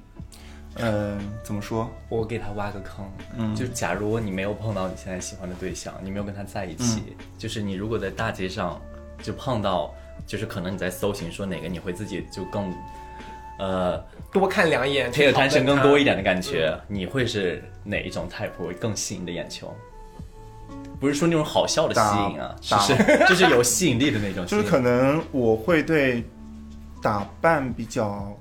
[SPEAKER 5] 嗯、怎么说？
[SPEAKER 1] 我给他挖个坑，
[SPEAKER 5] 嗯
[SPEAKER 1] 就假如你没有碰到你现在喜欢的对象，你没有跟他在一起，就是你如果在大街上就碰到，就是可能你在搜寻说哪个你会自己就更，呃，
[SPEAKER 3] 多看两眼，
[SPEAKER 1] 铁有
[SPEAKER 3] 去讨
[SPEAKER 1] 传
[SPEAKER 3] 论
[SPEAKER 1] 神更多一点的感
[SPEAKER 3] 他。
[SPEAKER 1] 觉，嗯你会是哪一种 type 会更吸引你的眼球？不是说那种好笑的吸引啊，
[SPEAKER 5] 打
[SPEAKER 1] 就是 就是有吸引力的那种吸
[SPEAKER 5] 就
[SPEAKER 1] 引，
[SPEAKER 5] 是可能我会对打扮比较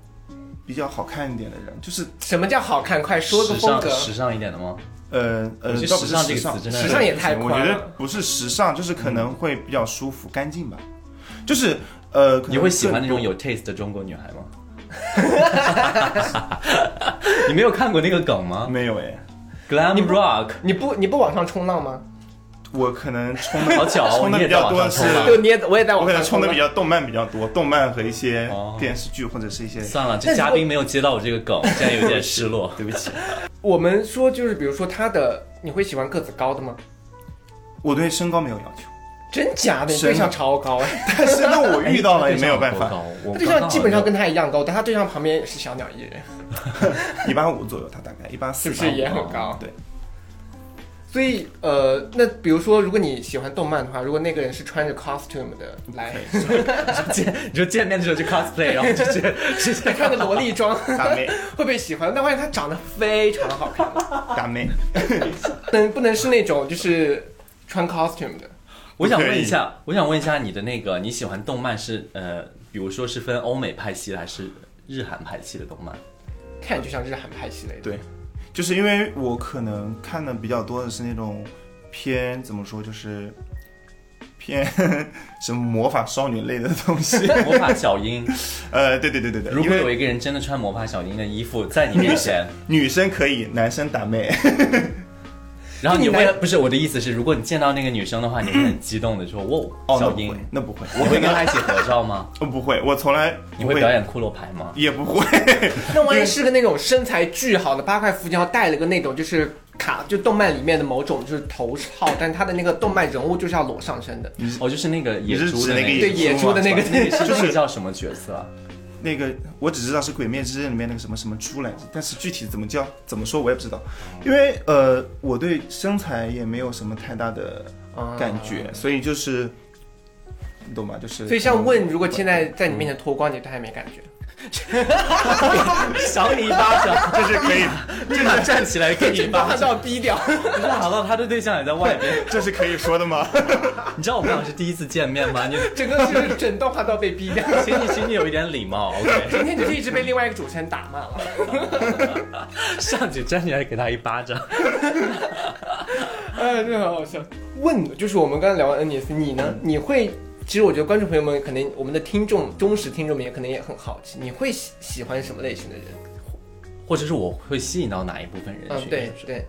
[SPEAKER 5] 比较好看一点的人，就是
[SPEAKER 3] 什么叫好看？快说个
[SPEAKER 1] 时
[SPEAKER 3] 风
[SPEAKER 1] 尚
[SPEAKER 3] 格。
[SPEAKER 1] 时尚一点的吗？
[SPEAKER 5] 呃
[SPEAKER 1] 我
[SPEAKER 5] 呃，
[SPEAKER 1] 觉得
[SPEAKER 5] 倒不
[SPEAKER 1] 时
[SPEAKER 5] 是
[SPEAKER 1] 尚这
[SPEAKER 5] 时
[SPEAKER 1] 个词
[SPEAKER 5] 尚，
[SPEAKER 1] 真的
[SPEAKER 3] 时尚也太
[SPEAKER 5] 我
[SPEAKER 3] 宽
[SPEAKER 5] 觉
[SPEAKER 3] 了
[SPEAKER 5] 得不是时尚，就是可能会比较舒服、干净吧。就是呃，可能
[SPEAKER 1] 你会喜欢那种
[SPEAKER 5] 更
[SPEAKER 1] 有 taste 的中国女孩吗？ 你没有看过那个梗吗
[SPEAKER 5] 没有哎？
[SPEAKER 1] ？Glam Rock，
[SPEAKER 3] 你不你不往上冲浪吗？
[SPEAKER 5] 我可 能冲的
[SPEAKER 1] 好巧哦，
[SPEAKER 5] 冲
[SPEAKER 1] 你
[SPEAKER 5] 的
[SPEAKER 1] 也
[SPEAKER 5] 比
[SPEAKER 1] 在
[SPEAKER 5] 较
[SPEAKER 1] 网
[SPEAKER 5] 多
[SPEAKER 1] 上
[SPEAKER 5] 的
[SPEAKER 1] 冲
[SPEAKER 5] 是，
[SPEAKER 3] 就
[SPEAKER 1] 浪。
[SPEAKER 3] 你也我也在
[SPEAKER 5] 我
[SPEAKER 3] 往
[SPEAKER 5] 可能
[SPEAKER 3] 上
[SPEAKER 5] 冲的
[SPEAKER 3] 浪
[SPEAKER 5] 比。较动漫比较多，动漫和一些
[SPEAKER 1] 哦
[SPEAKER 5] 电视剧或者是一些。
[SPEAKER 1] 算了，这嘉宾没有接到我这个梗，现在有点失落。
[SPEAKER 5] 对不起，
[SPEAKER 3] 我们说就是比如说他的，你会喜欢个子高的吗？
[SPEAKER 5] 我对身高没有要求，
[SPEAKER 3] 真假的？你
[SPEAKER 5] 真
[SPEAKER 3] 对
[SPEAKER 5] 的
[SPEAKER 3] 象超高哎、
[SPEAKER 5] 但是那我遇到了也没有办
[SPEAKER 1] 哎
[SPEAKER 5] 法，，
[SPEAKER 1] 我
[SPEAKER 3] 他对象基本上跟他一样高，但他对象旁边也是小鸟依人，
[SPEAKER 5] 一八五左右，他大概一八四，
[SPEAKER 3] 是不是也很高？
[SPEAKER 5] 对，
[SPEAKER 3] 所以呃，那比如说，如果你喜欢动漫的话，如果那个人是穿着 costume 的来，
[SPEAKER 1] 见你说见面的时候就 cosplay，然后就是直 接
[SPEAKER 3] 穿着萝莉装，
[SPEAKER 5] 大妹
[SPEAKER 3] 会被喜欢。但发现他长 得非常好看，
[SPEAKER 5] 大妹，
[SPEAKER 3] 能不能是那种就是穿 costume 的？
[SPEAKER 1] 我想问一下，我想问一下你的那个你喜欢动漫是呃，比如说是分欧美派系的还是日韩派系的动漫？
[SPEAKER 3] 看着就像日韩派系类的。
[SPEAKER 5] 对，就是因为我可能看的比较多的是那种偏怎么说，就是偏 什么魔法少女类的 东西，
[SPEAKER 1] 魔法小樱，
[SPEAKER 5] 呃，对对对对对，
[SPEAKER 1] 如
[SPEAKER 5] 因
[SPEAKER 1] 果
[SPEAKER 5] 为
[SPEAKER 1] 有一个人真的穿魔法小樱的衣服在你面前，
[SPEAKER 5] 女生可以，男生打妹，
[SPEAKER 1] 然后你
[SPEAKER 3] 就你
[SPEAKER 1] 为
[SPEAKER 3] 来
[SPEAKER 1] 了不是我的意思是，如果你见到那个女生的话，你会很激动的说：“哇，
[SPEAKER 5] 哦，那
[SPEAKER 1] 小
[SPEAKER 5] 不
[SPEAKER 1] 樱
[SPEAKER 5] 会，，那不会，
[SPEAKER 1] 你
[SPEAKER 5] 我
[SPEAKER 1] 会
[SPEAKER 5] 会
[SPEAKER 1] 跟她一起合照吗？
[SPEAKER 5] 我 不会，我从来
[SPEAKER 1] 你
[SPEAKER 5] 不
[SPEAKER 1] 会表演骷髅牌吗
[SPEAKER 5] 也不会，
[SPEAKER 3] 那万一是个那种身材巨好的八块腹肌，然后戴了个那种就是卡，就动漫里面的某种就是头套，但是他的那个动漫人物就是要裸上身的。？”
[SPEAKER 1] 哦，就是那个野
[SPEAKER 5] 你是
[SPEAKER 1] 猪
[SPEAKER 5] 指
[SPEAKER 1] 的
[SPEAKER 5] 那个
[SPEAKER 1] 个，
[SPEAKER 3] 对
[SPEAKER 5] 猪
[SPEAKER 3] 野猪
[SPEAKER 5] 吗
[SPEAKER 3] 的那个，
[SPEAKER 1] 那个是那个叫什么角色啊？
[SPEAKER 5] 那个我只知道是《鬼灭之刃》里面那个什么什么猪来着，但是具体怎么叫、怎么说我也不知道，
[SPEAKER 1] 哦
[SPEAKER 5] 因为呃，我对身材也没有什么太大的感觉，
[SPEAKER 1] 啊
[SPEAKER 5] 所以就是你懂吧？就是
[SPEAKER 3] 所以像问，如果现在在你面前脱光，你对他也没感觉。
[SPEAKER 1] 赏你一巴 掌，
[SPEAKER 5] 就是可以，
[SPEAKER 1] 立马站起来给你一 巴掌。
[SPEAKER 3] 到低调，
[SPEAKER 1] 不是好到他的对象也在外边，
[SPEAKER 5] 这是可以说的吗？
[SPEAKER 1] 你知道我们俩是第一次见面吗？你，
[SPEAKER 3] 整个就是整栋化到被逼 掉。
[SPEAKER 1] 请你，请你有一点礼貌，OK？
[SPEAKER 3] 今天就是一直被另外一个主持人打骂了。
[SPEAKER 1] 上去站起来给他一巴掌。
[SPEAKER 3] 哎，这好好笑。问就是我们刚才聊完 NS，你呢？你会？其实我觉得观众朋友们，可能我们的听众忠实听众们也可能也很好奇，你会喜喜欢什么类型的人？
[SPEAKER 1] 或者是我会吸引到哪一部分人
[SPEAKER 3] 嗯，
[SPEAKER 1] 群？
[SPEAKER 3] 对
[SPEAKER 1] 是不是
[SPEAKER 3] 对。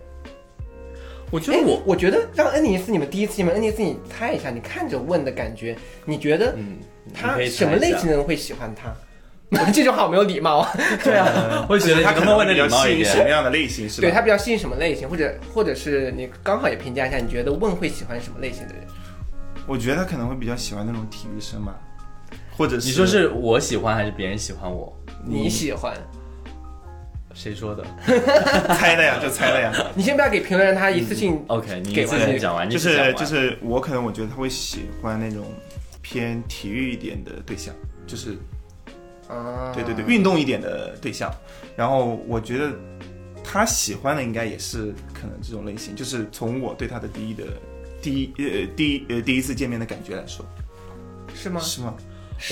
[SPEAKER 1] 我觉
[SPEAKER 3] 哎
[SPEAKER 1] 得，我
[SPEAKER 3] 我觉得让恩尼斯你们第一次见面，恩尼斯你猜一下，你看着问的感觉，你觉得
[SPEAKER 1] 嗯，你
[SPEAKER 3] 他
[SPEAKER 1] 可以
[SPEAKER 3] 什么
[SPEAKER 1] 猜一
[SPEAKER 3] 类
[SPEAKER 1] 下
[SPEAKER 3] 型的人会喜 欢他？这就好没有礼貌啊！
[SPEAKER 1] 对啊，我觉得
[SPEAKER 5] 他
[SPEAKER 1] 你
[SPEAKER 5] 可
[SPEAKER 1] 能不能问
[SPEAKER 5] 能会
[SPEAKER 1] 的
[SPEAKER 5] 比较
[SPEAKER 1] 礼貌
[SPEAKER 5] 吸
[SPEAKER 1] 一
[SPEAKER 5] 引什么
[SPEAKER 1] 点？
[SPEAKER 5] 样的类型是吧？
[SPEAKER 3] 对他比较吸引什么类型，或者或者是你刚好也评价一下，你觉得问会喜欢什么类型的人？
[SPEAKER 5] 我觉得他可能会比较喜欢那种体育生吧，或者是
[SPEAKER 1] 你说是我喜欢还是别人喜欢我？
[SPEAKER 3] 你喜欢？
[SPEAKER 1] 谁说的
[SPEAKER 5] 猜的呀，就猜 的呀。
[SPEAKER 3] 你先不要给评论让他一次性
[SPEAKER 5] 嗯
[SPEAKER 1] ？OK，你
[SPEAKER 3] 给
[SPEAKER 1] 自己
[SPEAKER 3] 完
[SPEAKER 1] 讲完，
[SPEAKER 5] 就
[SPEAKER 1] 啊你讲
[SPEAKER 5] 是
[SPEAKER 1] 完
[SPEAKER 5] 就是我可能我觉得他会喜欢那种偏体育一点的对象，就是
[SPEAKER 3] 啊，
[SPEAKER 5] 哦对对对，运动一点的对象。然后我觉得他喜欢的应该也是可能这种类型，就是从我对他的第一的第一呃第一呃第一次见面的感觉来说，
[SPEAKER 3] 是吗？
[SPEAKER 5] 是吗？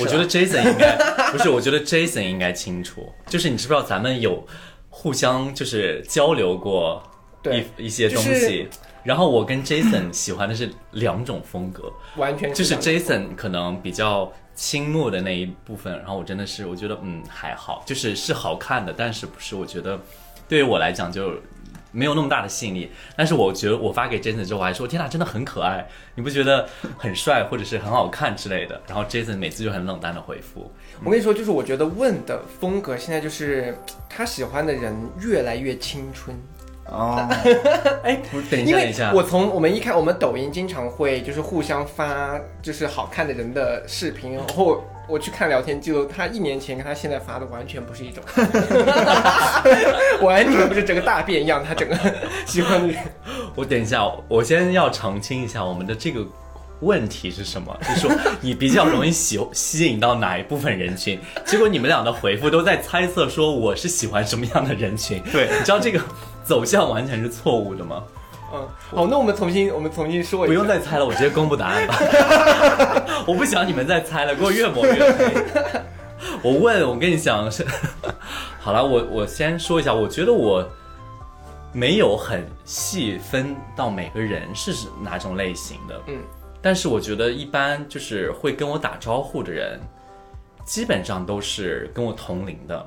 [SPEAKER 1] 我觉得 Jason 应该不是，我觉得 Jason 应该清楚，就是你知不知道咱们有互相就是交流过
[SPEAKER 3] 对
[SPEAKER 1] 一一些
[SPEAKER 3] 就
[SPEAKER 1] 东
[SPEAKER 3] 是
[SPEAKER 1] 西，然后我跟 Jason 喜欢的是两种风格，
[SPEAKER 3] 完全
[SPEAKER 1] 就是
[SPEAKER 3] 这样
[SPEAKER 1] Jason 可能比较倾慕的那一部分，然后我真的是我觉得嗯还好，就是是好看的，但是不是我觉得对于我来讲就没有那么大的吸引力。但是我觉得我发给 Jason 之后，我还说天呐，真的很可爱，你不觉得很帅或者是很好看之类的？然后 Jason 每次就很冷淡的回复，
[SPEAKER 3] 我跟你说，就是我觉得问的风格现在就是他喜欢的人越来越青春。
[SPEAKER 5] 哦，
[SPEAKER 1] 我说等一
[SPEAKER 3] 因
[SPEAKER 1] 下
[SPEAKER 3] 为
[SPEAKER 1] 等一下，
[SPEAKER 3] 我从我们一看，我们抖音经常会就是互相发就是好看的人的视频，然后我去看聊天记录，他一年前跟他现在发的完全不是一种， 完全不是整个大变样，他整个喜欢的 人。
[SPEAKER 1] 我等一下，我先要澄清一下我们的这个问题是什么，就是说你比较容易喜 吸引到哪一部分人群？结果你们俩的回复都在猜测说我是喜欢什么样的人群，
[SPEAKER 5] 对
[SPEAKER 1] 你知道这个走向完全是错误的吗？
[SPEAKER 3] 嗯，好，那我们重新我们重新说一下，
[SPEAKER 1] 不用再猜了，我直接公布答 案吧。我不想你们再猜了，给我越抹越黑。我问，我跟你讲是， 好了，我我先说一下，我觉得我没有很细分到每个人是哪种类型的，
[SPEAKER 3] 嗯，
[SPEAKER 1] 但是我觉得一般就是会跟我打招呼的人，基本上都是跟我同龄的，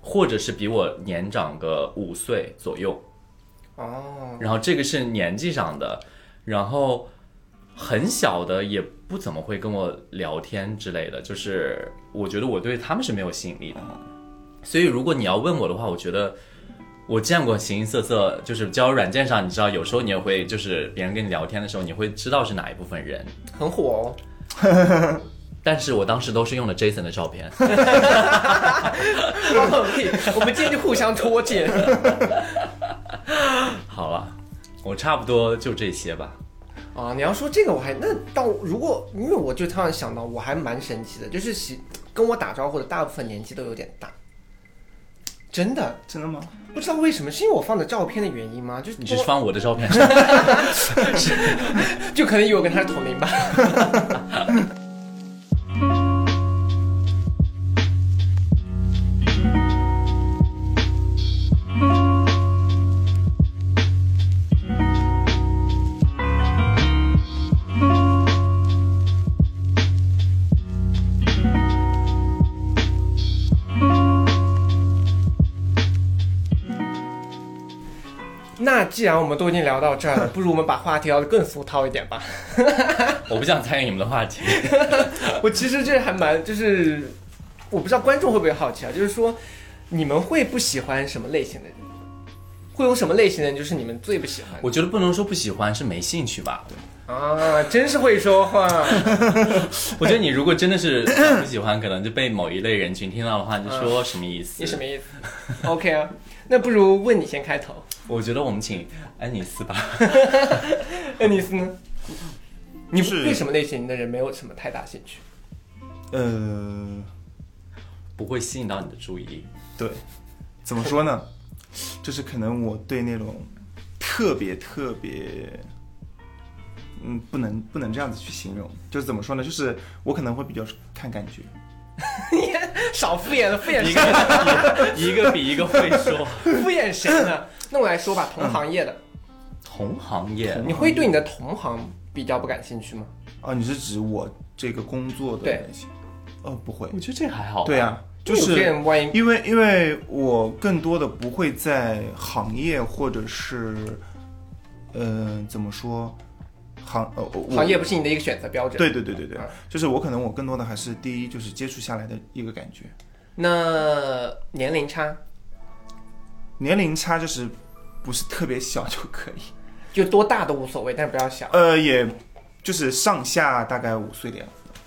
[SPEAKER 1] 或者是比我年长个五岁左右，
[SPEAKER 3] 哦，
[SPEAKER 1] 然后这个是年纪上的，然后很小的也不怎么会跟我聊天之类的，就是我觉得我对他们是没有吸引力的。所以如果你要问我的话，我觉得我见过形形色色，就是交友软件上，你知道有时候你也会就是别人跟你聊天的时候，你会知道是哪一部分人。
[SPEAKER 3] 很火哦。
[SPEAKER 1] 但是我当时都是用的 Jason 的照片，
[SPEAKER 3] 放屁！我们今天就互相拖欠。
[SPEAKER 1] 好了，我差不多就这些吧。
[SPEAKER 3] 啊，你要说这个我还那到如果因为我就突然想到，我还蛮神奇的，就是喜跟我打招呼的大部分年纪都有点大，真的
[SPEAKER 5] 真的吗？
[SPEAKER 3] 不知道为什么，是因为我放的照片的原因吗？就是
[SPEAKER 1] 你是
[SPEAKER 3] 多
[SPEAKER 1] 放我的照片，
[SPEAKER 3] 就可能以为我跟他是同龄吧。 那既然我们都已经聊到这 儿了，不如我们把话题聊得更俗套一点吧。
[SPEAKER 1] 我不想参与你们的话题。
[SPEAKER 3] 我其实这还蛮就是，我不知道观众会不会好奇啊，就是说你们会不喜欢什么类型的人？会有什么类型的人就是你们最不喜欢
[SPEAKER 1] 我觉得不能说不喜欢，是没兴趣吧。
[SPEAKER 3] 的啊？真是会说话，
[SPEAKER 1] 我觉得你如果真的是不喜欢，可能就被某一类人群听到的话，你说什么意思？
[SPEAKER 3] 你呃什么？意思 ？OK 啊，那不如问你先开头。
[SPEAKER 1] 我觉得我们请安妮斯吧。
[SPEAKER 3] 那你是呢？你
[SPEAKER 5] 是
[SPEAKER 3] 对什么类型的人没有什么太大兴趣？
[SPEAKER 5] 呃，
[SPEAKER 1] 不会吸引到你的注意力，
[SPEAKER 5] 对，怎么说呢？就是可能我对那种特别特别，嗯，不能不能这样子去形容。就是怎么说呢？就是我可能会比较看感觉，
[SPEAKER 3] 你 少敷衍了，敷衍
[SPEAKER 1] 一
[SPEAKER 3] 谁？
[SPEAKER 1] 个 一个比一个会说。
[SPEAKER 3] 敷衍谁呢？那我来说吧，同行业的，
[SPEAKER 1] 同行业，
[SPEAKER 3] 你会对你的同行比较不感兴趣吗？
[SPEAKER 5] 哦，你是指我这个工作的
[SPEAKER 3] 对
[SPEAKER 5] 那些？哦，不会
[SPEAKER 1] 我，觉得这还好。
[SPEAKER 5] 对，啊，就
[SPEAKER 3] 有些
[SPEAKER 5] 是
[SPEAKER 3] 人万一
[SPEAKER 5] 因为因为我更多的不会在行业或者是，呃，怎么说，行呃我
[SPEAKER 3] 行业不是你的一个选择标准。
[SPEAKER 5] 对对对对对
[SPEAKER 3] 啊，
[SPEAKER 5] 就是我可能我更多的还是第一就是接触下来的一个感觉，
[SPEAKER 3] 那年龄差
[SPEAKER 5] 年龄差就是不是特别小就可以，
[SPEAKER 3] 就多大都无所谓，但是不要小
[SPEAKER 5] 呃，也就是上下大概五岁的样子，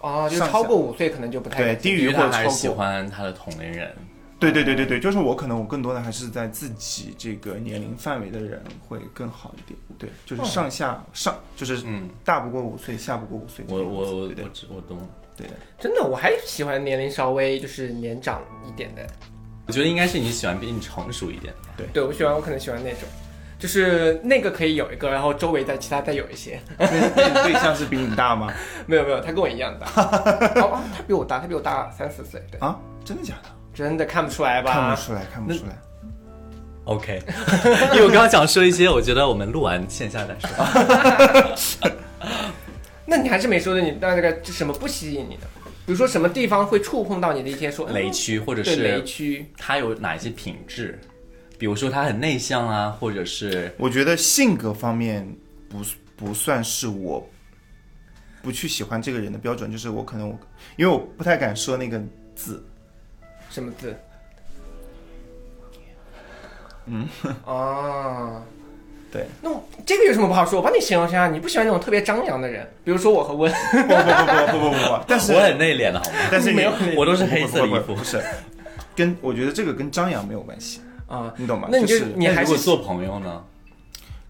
[SPEAKER 3] 哦，就
[SPEAKER 5] 上下
[SPEAKER 3] 超过五岁可能就不太
[SPEAKER 5] 对，
[SPEAKER 3] 感兴趣
[SPEAKER 1] 因
[SPEAKER 5] 低于
[SPEAKER 1] 为
[SPEAKER 5] 或
[SPEAKER 1] 他还
[SPEAKER 5] 超
[SPEAKER 1] 是喜
[SPEAKER 5] 过，
[SPEAKER 1] 欢他的同龄人。
[SPEAKER 5] 对对对对对，就是我可能我更多的还是在自己这个年龄范围的人会更好一点，对，就是上下上就是
[SPEAKER 1] 嗯，
[SPEAKER 5] 大不过五岁，下不过五岁这
[SPEAKER 1] 我
[SPEAKER 5] 个样
[SPEAKER 1] 我
[SPEAKER 5] 子，
[SPEAKER 1] 我
[SPEAKER 5] 对对
[SPEAKER 1] 我知我懂。
[SPEAKER 5] 对的，
[SPEAKER 3] 真的，我还喜欢年龄稍微就是年长一点的。
[SPEAKER 1] 我觉得应该是你喜欢比你成熟一点。
[SPEAKER 3] 对我喜欢，我可能喜欢那种，就是那个可以有一个，然后周围再其他再有一些。
[SPEAKER 5] 那你对象是比你大吗？
[SPEAKER 3] 没有没有，他跟我一样大。哦啊，他比我大，他比我大三四岁。对，
[SPEAKER 5] 啊，真的假的？
[SPEAKER 3] 真的看不出来吧？
[SPEAKER 5] 看不出来，看不出来。
[SPEAKER 1] OK，因 为我刚刚想说一些，我觉得我们录完线下再说。
[SPEAKER 3] 那你还是没说的，你那个什么不吸引你的？比如说什么地方会触碰到你的一些说嗯
[SPEAKER 1] 雷区或者
[SPEAKER 3] 哦对雷
[SPEAKER 1] 是
[SPEAKER 3] 区，
[SPEAKER 1] 他有哪一些品质？比如说他很内向啊，或者是
[SPEAKER 5] 我觉得性格方面不不算是我不去喜欢这个人的标准，就是我可能我因为我不太敢说那个字，
[SPEAKER 3] 什么字？嗯啊，
[SPEAKER 5] 对，
[SPEAKER 3] 那我这个有什么不好说？我帮你形容一下，你不喜欢那种特别张扬的人，比如说我和温，
[SPEAKER 5] 不不不不不不不不，但是
[SPEAKER 1] 我很内敛的好 吗？
[SPEAKER 5] 但是
[SPEAKER 3] 没
[SPEAKER 5] 你
[SPEAKER 3] 有
[SPEAKER 1] 我都是黑色的衣
[SPEAKER 5] 不不不不
[SPEAKER 1] 服
[SPEAKER 5] 不。是跟我觉得这个跟张扬没有关系，
[SPEAKER 3] 啊，
[SPEAKER 5] 你懂吗？
[SPEAKER 3] 那你就是 你
[SPEAKER 1] 那
[SPEAKER 3] 还
[SPEAKER 1] 如果
[SPEAKER 3] 是
[SPEAKER 1] 做朋友呢？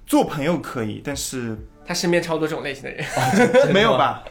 [SPEAKER 5] 做朋友可以，但是
[SPEAKER 3] 他身边超多这种类型的人，
[SPEAKER 5] 没有吧？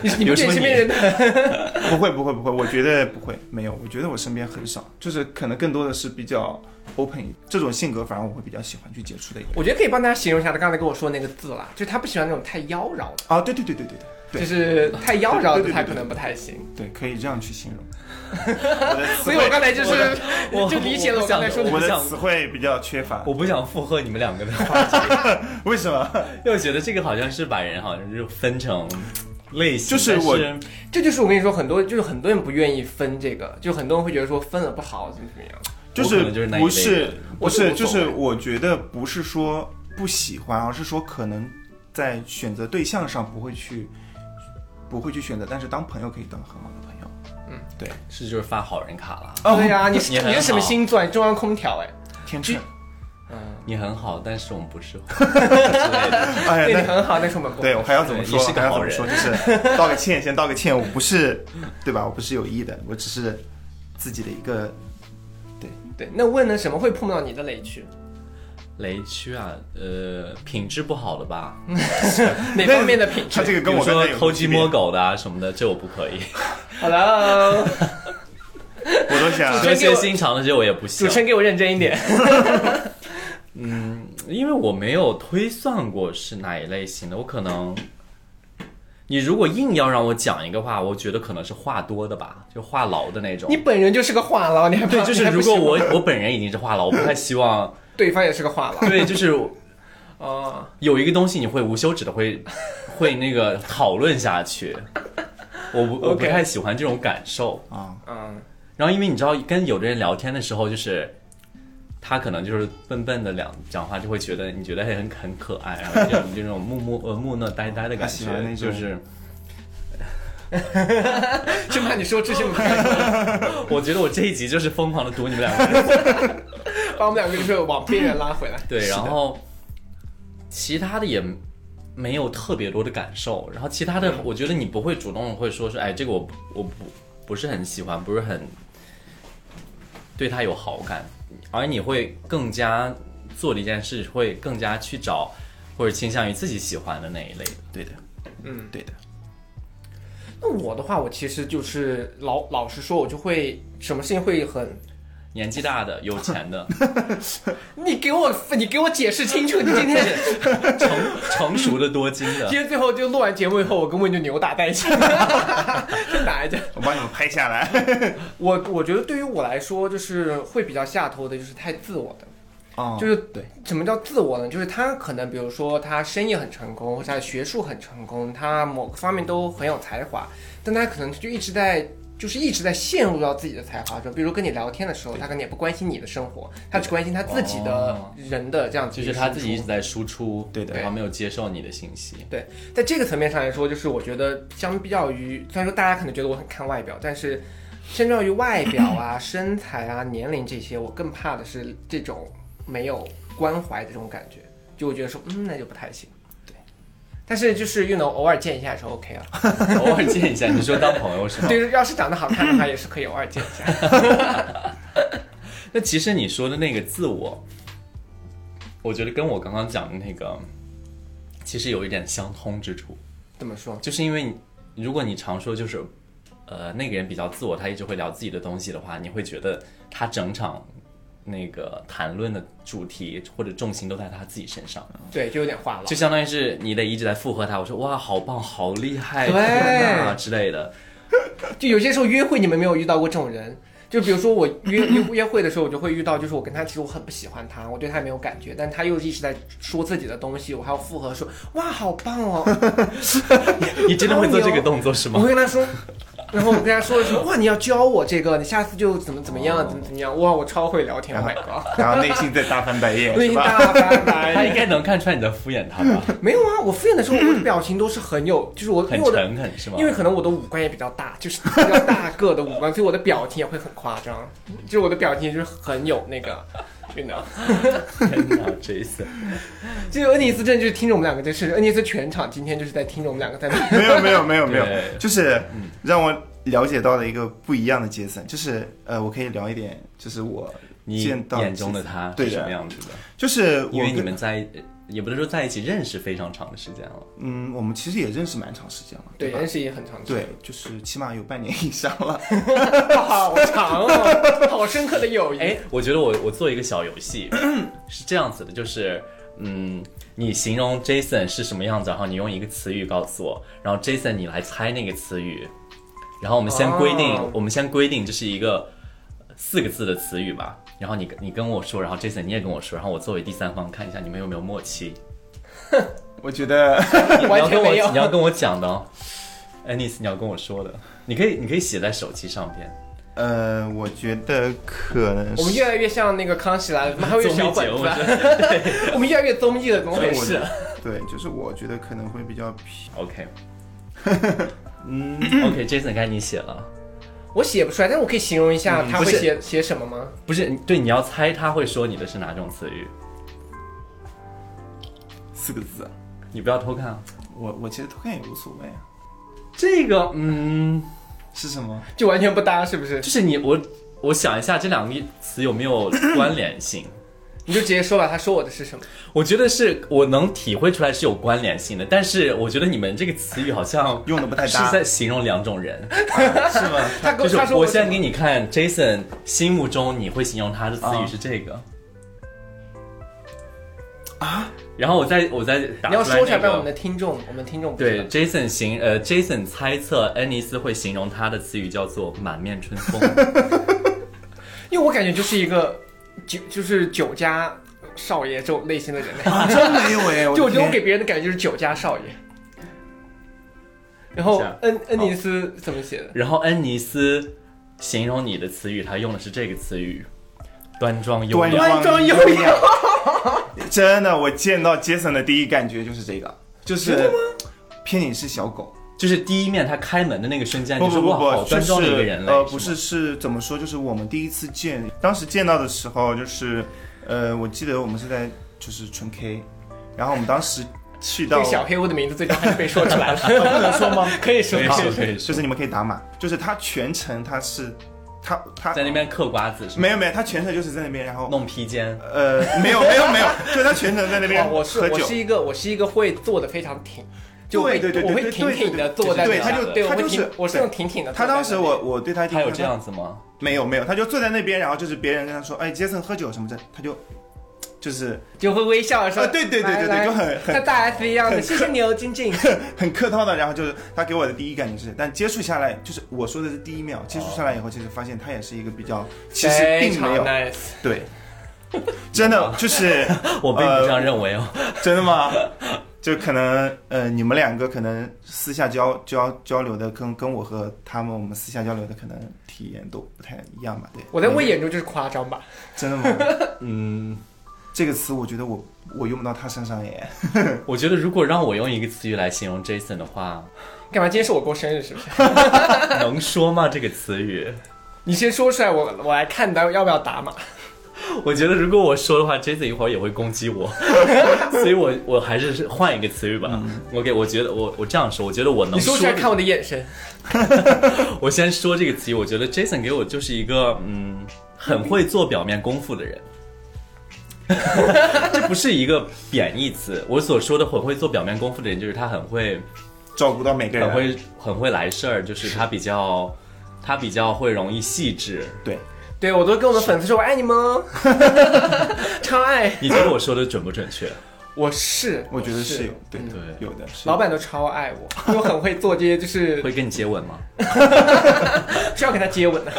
[SPEAKER 3] 你你不
[SPEAKER 1] 有什
[SPEAKER 3] 觉得
[SPEAKER 1] 么
[SPEAKER 3] 身边人的
[SPEAKER 5] 不会不会不会，我觉得不会，没有，我觉得我身边很少，就是可能更多的是比较 open 一点这种性格，反而我会比较喜欢去接触的一个人。
[SPEAKER 3] 我觉得可以帮大家形容一下他刚才跟我说那个字啦，就是他不喜欢那种太妖娆的，
[SPEAKER 5] 啊，对对对对对对对
[SPEAKER 3] 就是太妖娆的
[SPEAKER 5] 对对对
[SPEAKER 3] 他
[SPEAKER 5] 对
[SPEAKER 3] 可能不太行。
[SPEAKER 5] 对，可以这样 去形容。我的词
[SPEAKER 3] 所
[SPEAKER 5] 汇
[SPEAKER 3] 以我刚才就是
[SPEAKER 1] 我
[SPEAKER 3] 就理解了我刚才说的
[SPEAKER 5] 我的词汇比较缺乏，
[SPEAKER 1] 我不想附和你们两个的 话，
[SPEAKER 5] 为什么？
[SPEAKER 1] 因为我觉得这个好像是把人好像就分成类型，
[SPEAKER 5] 就是我
[SPEAKER 1] 但是
[SPEAKER 3] 这就是我跟你说，很多就是很多人不愿意分这个，就很多人会觉得说分了不好，怎么怎么样。
[SPEAKER 5] 就
[SPEAKER 1] 我可
[SPEAKER 5] 是
[SPEAKER 1] 能就是那一类
[SPEAKER 5] 不是
[SPEAKER 1] 人
[SPEAKER 5] 不
[SPEAKER 3] 我
[SPEAKER 5] 是
[SPEAKER 3] 无所
[SPEAKER 5] 就
[SPEAKER 3] 谓
[SPEAKER 5] 是
[SPEAKER 1] 哎
[SPEAKER 5] 我觉得不是说不喜欢，而是说可能在选择对象上不会去不会去选择，但是当朋友可以当很好的朋友。
[SPEAKER 1] 是就是发好人卡了。
[SPEAKER 5] 哦
[SPEAKER 3] 对呀、你是
[SPEAKER 1] 你很
[SPEAKER 3] 你是什么
[SPEAKER 1] 好
[SPEAKER 3] 星座？你中央空调哎、
[SPEAKER 5] 天秤，
[SPEAKER 1] 你很好，但是我们不适合。
[SPEAKER 5] 哎
[SPEAKER 3] 对你
[SPEAKER 5] 呀，那
[SPEAKER 3] 很好，但是我们不
[SPEAKER 5] 对我还要怎么
[SPEAKER 1] 对
[SPEAKER 5] 说？
[SPEAKER 1] 你是个
[SPEAKER 5] 还要
[SPEAKER 1] 好
[SPEAKER 5] 怎么
[SPEAKER 1] 人
[SPEAKER 5] 说？就是 道个歉，先道个歉，我不是对吧？我不是有意的，我只是自己的一个
[SPEAKER 3] 对。那问呢？什么会碰到你的雷 区？
[SPEAKER 1] 雷区啊，呃，品质不好的吧，
[SPEAKER 3] 哪方面的品质
[SPEAKER 5] 他 这个跟我
[SPEAKER 1] 比
[SPEAKER 5] 刚
[SPEAKER 1] 如说
[SPEAKER 5] 才有
[SPEAKER 1] 偷鸡摸
[SPEAKER 5] 区别，
[SPEAKER 1] 狗的啊什么的，这我不可 以。
[SPEAKER 3] ？Hello，
[SPEAKER 5] 我都想
[SPEAKER 1] 说一些心肠的，这我也不
[SPEAKER 3] 主
[SPEAKER 1] 行
[SPEAKER 3] 持，人给我认真一点。
[SPEAKER 1] 因为我没有推算过是哪一类型的。我可能，你如果硬要让我讲一个话，我觉得可能是话多的吧，就话痨的那种
[SPEAKER 3] 你。本人就是个话痨，你还
[SPEAKER 1] 对，就是如果
[SPEAKER 3] 我
[SPEAKER 1] 我我本人已经是话痨，我不太希望。
[SPEAKER 3] 对方也是个话痨
[SPEAKER 1] 对，就是
[SPEAKER 3] 哦，
[SPEAKER 1] 有一个东西你会无休止的会会那个讨论下去，我不我不
[SPEAKER 3] OK
[SPEAKER 1] 太喜欢这种感受。
[SPEAKER 5] 啊，
[SPEAKER 3] 嗯，
[SPEAKER 1] 然后因为你知道，跟有的人聊天的时候，就是他可能就是笨笨的两讲话，就会觉得你觉得很很可爱，然 后就你就那种木木呃木讷呆呆的感
[SPEAKER 5] 他喜欢
[SPEAKER 1] 觉，
[SPEAKER 5] 那种
[SPEAKER 1] 就是
[SPEAKER 3] 就怕你说这
[SPEAKER 5] 哦
[SPEAKER 3] 些，
[SPEAKER 1] 我觉得我这一集就是疯狂的读你们两个人，
[SPEAKER 3] 把我们两个就是往边缘拉回来。
[SPEAKER 1] 对，然后其他的也。没有特别多的感受，然后其他
[SPEAKER 5] 嗯
[SPEAKER 1] 的，我觉得你不会主动地会说说，哎，这个我不我不不是很喜欢，不是很对他有好感，而你会更加做的一件事，会更加去找或者倾向于自己喜欢的那一类的。
[SPEAKER 5] 对的，
[SPEAKER 3] 嗯
[SPEAKER 5] 对的，
[SPEAKER 3] 那我的话，我其实就是老老实说，我就会什么事情会很。
[SPEAKER 1] 年纪大的、有钱的、
[SPEAKER 3] 你给我，你给我解释清楚！你今天
[SPEAKER 1] 成 成熟的、多金的
[SPEAKER 3] 今，天最后就录完节目以后，我跟问就扭打在一起， 就打一架。
[SPEAKER 5] 我帮你们拍下来。
[SPEAKER 3] 我我觉得对于我来说，就是会比较下头的，就是太自我的。
[SPEAKER 5] 哦
[SPEAKER 3] 就是
[SPEAKER 5] 对，
[SPEAKER 3] 什么叫自我呢？就是他可能比如说他生意很成功，或者他学术很成功，他某个方面都很有才华，但他可能就一直在。就是一直在陷入到自己的才华中，比如跟你聊天的时候，他可能也不关心你的生活，他只关心他自己的
[SPEAKER 1] 哦
[SPEAKER 3] 人的这样子
[SPEAKER 1] 就
[SPEAKER 3] 一个
[SPEAKER 1] 是
[SPEAKER 3] 输出，
[SPEAKER 1] 他自己一直在输出，
[SPEAKER 5] 对的
[SPEAKER 1] 然后没有接受你的信息。
[SPEAKER 3] 对，在这个层面上来说，就是我觉得相比较于，虽然说大家可能觉得我很看外表，但是相较于外表啊、身材啊、年龄这些，我更怕的是这种没有关怀的这种感觉。就我觉得说，嗯，那就不太行。对，但是就是运动偶尔见一下也是 OK 啊。
[SPEAKER 1] 偶尔见一下，你说当朋友是吗？
[SPEAKER 3] 对，要是长得好看的话，也是可以偶尔见一下。
[SPEAKER 1] 那其实你说的那个自我，我觉得跟我刚刚讲的那个，其实有一点相通之处，
[SPEAKER 3] 怎么说？
[SPEAKER 1] 就是因为你如果你常说就是，呃，那个人比较自我，他一直会聊自己的东西的话，你会觉得他整场那个谈论的主题或者重心都在他自己身上，
[SPEAKER 3] 对，就有点话痨。
[SPEAKER 1] 就相当于是你得一直在附和他，我说哇，好棒，好厉害，
[SPEAKER 3] 对
[SPEAKER 1] 天哪之类的。
[SPEAKER 3] 就有些时候约会，你们没有遇到过这种人，就比如说我约 约约会的时候，我就会遇到，就是我跟他其实我很不喜欢他，我对他没有感觉，但他又一直在说自己的东西，我还要附和说哇好棒哦，
[SPEAKER 1] 你真的会做这个动作是
[SPEAKER 3] 我
[SPEAKER 1] 吗
[SPEAKER 3] 会？跟他说，然后我跟他说了什么哇你要教我这个，你下次就怎么怎么样，怎么怎么样，哇我超会聊天，Oh my
[SPEAKER 1] 啊
[SPEAKER 3] god，
[SPEAKER 5] 然后内心在大翻白眼，
[SPEAKER 3] 内
[SPEAKER 5] 是
[SPEAKER 3] 心
[SPEAKER 5] 吧？
[SPEAKER 3] 大翻
[SPEAKER 1] 他
[SPEAKER 3] 白
[SPEAKER 1] 应
[SPEAKER 3] 眼。
[SPEAKER 1] 该能看出来你在敷衍他吧？
[SPEAKER 3] 没有啊，我敷衍的时候，我的表情都是很有，就是 我因
[SPEAKER 1] 很
[SPEAKER 3] 为我的
[SPEAKER 1] 诚恳是吗？
[SPEAKER 3] 因为可能我的五官也比较大，就是 比较大个的五官，所以我的表情也会很夸张，就是我的表情就是很有那个， 真的。
[SPEAKER 1] 天哪，Jason，
[SPEAKER 3] 就是恩尼斯真的就是听着我们两个，就是恩尼斯全场今天就是在听着我们两个 在那
[SPEAKER 5] 没有没有没有没有
[SPEAKER 1] 对，
[SPEAKER 5] 就是让我了解到了一个不一样的杰森，就是呃，我可以聊一点，就是我
[SPEAKER 1] 你
[SPEAKER 5] 见到
[SPEAKER 1] 眼中的
[SPEAKER 5] Jason
[SPEAKER 1] 他
[SPEAKER 5] 对
[SPEAKER 1] 是什么
[SPEAKER 5] 的，
[SPEAKER 1] 样子的？
[SPEAKER 5] 就是我
[SPEAKER 1] 因为你
[SPEAKER 5] 跟
[SPEAKER 1] 们在也不能说在一起认识非常长的时间了，
[SPEAKER 5] 嗯，我们其实也认识蛮长时间了，
[SPEAKER 3] 对，
[SPEAKER 5] 吧
[SPEAKER 3] 认？识也很长，
[SPEAKER 5] 对，，就是起码有半年以上了。
[SPEAKER 3] 好长哦，好深刻的友谊。
[SPEAKER 1] 哎，我觉得我我做一个小游戏，是这样子的，就是嗯，你形容 Jason 是什么样子，然后你用一个词语告诉我，然后 Jason 你来猜那个词语，然后我们先规定，
[SPEAKER 3] 哦
[SPEAKER 1] 我们先规定这是一个呃四个字的词语吧，然后你你跟我说，然后 Jason 你也跟我说，然后我作为第三方看一下你们有没有默契，
[SPEAKER 5] 我觉得
[SPEAKER 1] 你
[SPEAKER 3] 完
[SPEAKER 1] 要
[SPEAKER 3] 全
[SPEAKER 1] 跟我
[SPEAKER 3] 没有
[SPEAKER 1] 你要跟我讲的、哦，安妮斯你要跟我说的，你可以你可以写在手机上边。
[SPEAKER 5] 呃，我觉得可能
[SPEAKER 3] 我们
[SPEAKER 5] 是
[SPEAKER 3] 越来越像那个康熙来了，我们还有
[SPEAKER 1] 综艺
[SPEAKER 3] 小
[SPEAKER 1] 节
[SPEAKER 3] 本
[SPEAKER 1] 目
[SPEAKER 3] 子啊， 我们越来越综艺了，怎么回事？
[SPEAKER 5] 对，就是我觉得可能会比较偏
[SPEAKER 1] OK，嗯，OK，Jason 该你写了，
[SPEAKER 3] 我写不出来，但是我可以形容一下他
[SPEAKER 1] 嗯不
[SPEAKER 3] 会
[SPEAKER 1] 是
[SPEAKER 3] 写写什么吗？
[SPEAKER 1] 不是对，你要猜他会说你的是哪种词语，
[SPEAKER 5] 四个字。啊
[SPEAKER 1] 你不要偷看啊。
[SPEAKER 5] 我我其实偷看也无所谓啊，
[SPEAKER 1] 这个，嗯，
[SPEAKER 5] 是什么？
[SPEAKER 3] 就完全不搭，是不是
[SPEAKER 1] 就？是你我我想一下这两个词有没有关联性。
[SPEAKER 3] 你就直接说吧，他说我的是什么？
[SPEAKER 1] 我觉得是我能体会出来是有关联性的，但是我觉得你们这个词语好像
[SPEAKER 5] 用得不太
[SPEAKER 1] 是
[SPEAKER 5] 搭
[SPEAKER 1] 在形容两种人，
[SPEAKER 5] 是吗？
[SPEAKER 3] 他跟
[SPEAKER 1] 就是
[SPEAKER 3] 他说
[SPEAKER 1] 我
[SPEAKER 3] 是
[SPEAKER 1] 现在
[SPEAKER 3] 什
[SPEAKER 1] 给
[SPEAKER 3] 么
[SPEAKER 1] 你看 Jason 心目中你会形容他的词语是这个啊，然后我再我再打
[SPEAKER 3] 你要
[SPEAKER 1] 出来
[SPEAKER 3] 说出来，
[SPEAKER 1] 那
[SPEAKER 3] 不然
[SPEAKER 1] 个
[SPEAKER 3] 我们的听众，我们听众不知道
[SPEAKER 1] 对，Jason 形呃，Jason 猜测恩尼斯会形容他的词语叫做“满面春风
[SPEAKER 3] 因为我感觉就是一个酒，就是酒家少爷这种类型的人，
[SPEAKER 5] 啊，真没有哎，
[SPEAKER 3] 就我觉得我
[SPEAKER 5] 的天
[SPEAKER 3] 给别人的感觉就是酒家少爷。然后
[SPEAKER 1] 这样
[SPEAKER 3] 恩恩尼斯怎么写的”，？
[SPEAKER 1] 然后恩尼斯形容你的词语，他用的是这个词语“端庄优雅
[SPEAKER 3] 庄庄优雅。
[SPEAKER 5] 真的，我见到杰森的第一感觉就是这个，就是偏你是小狗。”，
[SPEAKER 1] 就是第一面他开门的那个瞬间，
[SPEAKER 5] 不
[SPEAKER 1] 你
[SPEAKER 5] 不
[SPEAKER 1] 说
[SPEAKER 5] 不
[SPEAKER 1] 哇，
[SPEAKER 5] 不
[SPEAKER 1] 好，
[SPEAKER 5] 就
[SPEAKER 1] 端庄的一个
[SPEAKER 5] 是
[SPEAKER 1] 人类
[SPEAKER 5] 呃，，不是
[SPEAKER 1] 是吗
[SPEAKER 5] 是怎么说？就是我们第一次见，当时见到的时候，就是呃，我记得我们是在就是纯 K，然后我们当时去
[SPEAKER 3] 这
[SPEAKER 5] 到
[SPEAKER 3] 个小黑屋的名字最近还是被说出来了，不能说吗？ 可以说，
[SPEAKER 1] 可以
[SPEAKER 3] 可以
[SPEAKER 1] 说
[SPEAKER 3] 说
[SPEAKER 1] 可以
[SPEAKER 5] 就
[SPEAKER 1] 说
[SPEAKER 5] 是，你们可以打码，就是他全程他是他他
[SPEAKER 1] 在那边嗑瓜子是吗？
[SPEAKER 5] 没有没有，他全程就是在那边，然后
[SPEAKER 1] 弄披肩，
[SPEAKER 5] 呃没有没有没有，就是他全程在那边
[SPEAKER 3] 哇哦我是
[SPEAKER 5] 喝
[SPEAKER 3] 我
[SPEAKER 5] 酒
[SPEAKER 3] 是。一个我是一个会坐的非常挺，就
[SPEAKER 5] 对
[SPEAKER 3] 会
[SPEAKER 5] 对对对
[SPEAKER 3] 我
[SPEAKER 5] 对
[SPEAKER 3] 会挺
[SPEAKER 5] 对
[SPEAKER 3] 挺的
[SPEAKER 5] 对
[SPEAKER 3] 坐在
[SPEAKER 5] 对
[SPEAKER 3] 那
[SPEAKER 5] 他
[SPEAKER 3] 儿
[SPEAKER 5] 就
[SPEAKER 3] 对，我
[SPEAKER 5] 他
[SPEAKER 3] 会
[SPEAKER 5] 就是
[SPEAKER 3] 挺我是
[SPEAKER 5] 对
[SPEAKER 3] 那种挺挺的。
[SPEAKER 5] 他当时我我对他
[SPEAKER 1] 他有
[SPEAKER 5] 印象
[SPEAKER 1] 这样子吗？
[SPEAKER 5] 没有没有，他就坐在那边，然后就是别人跟他说，哎，杰森喝酒什么的，他就就是
[SPEAKER 3] 就会微笑说，
[SPEAKER 5] 啊对对对对对
[SPEAKER 3] 来
[SPEAKER 5] 就很很
[SPEAKER 3] 像大 S 一样的，
[SPEAKER 5] 很
[SPEAKER 3] 谢谢你哦，晶晶。
[SPEAKER 5] 很客套的，然后就是他给我的第一感觉是，但接触下来，就是我说的是第一秒，接触下来以后，其实发现他也是一个比较，其实
[SPEAKER 3] 非
[SPEAKER 5] 并没
[SPEAKER 3] 常
[SPEAKER 5] 有
[SPEAKER 3] nice。
[SPEAKER 5] 对，真的就是
[SPEAKER 1] 我并不这样
[SPEAKER 3] 呃
[SPEAKER 1] 认为哦。
[SPEAKER 5] 真的吗？就可能呃，你们两个可能私下交交交流的跟跟我和他们我们私下交流的可能体验都不太一样吧？对，
[SPEAKER 3] 我在我眼中就是夸张吧，
[SPEAKER 5] 真的吗？
[SPEAKER 1] 嗯，
[SPEAKER 5] 这个词我觉得我我用不到他身上耶。
[SPEAKER 1] 我觉得如果让我用一个词语来形容 Jason 的 话，
[SPEAKER 3] 干嘛？今天是我过生日是不是？
[SPEAKER 1] 能说吗？这个词语？
[SPEAKER 3] 你先说出来，我我来看你到底要不要打码。
[SPEAKER 1] 我觉得如果我说的话，Jason 一会儿也会攻击 我，所以我我还是换一个词语吧。OK，我觉得我我这样说，我觉得我能
[SPEAKER 3] 嗯你说出来
[SPEAKER 1] 的
[SPEAKER 3] 看我的眼神，
[SPEAKER 1] 我先说这个词语，我觉得 Jason 给我就是一个嗯，很会做表面功夫的人。 这不是一个贬义词，我所说的很会做表面功夫的人，就是他很会
[SPEAKER 5] 照顾到每个
[SPEAKER 3] 啊
[SPEAKER 5] 人，
[SPEAKER 1] 很会很会来事儿，就是他比较他比较会容易细致。
[SPEAKER 5] 对，
[SPEAKER 3] 对我都跟我的粉丝说我爱你们 哦，超爱。
[SPEAKER 1] 你觉得我说的准不准确？
[SPEAKER 3] 我是，
[SPEAKER 5] 我觉得是有
[SPEAKER 3] 嗯，
[SPEAKER 5] 对
[SPEAKER 1] 对
[SPEAKER 5] 有的。
[SPEAKER 3] 老板都超爱我，因为我很 会做这些，就是
[SPEAKER 1] 会跟你接吻吗？
[SPEAKER 3] 需要跟他接吻的。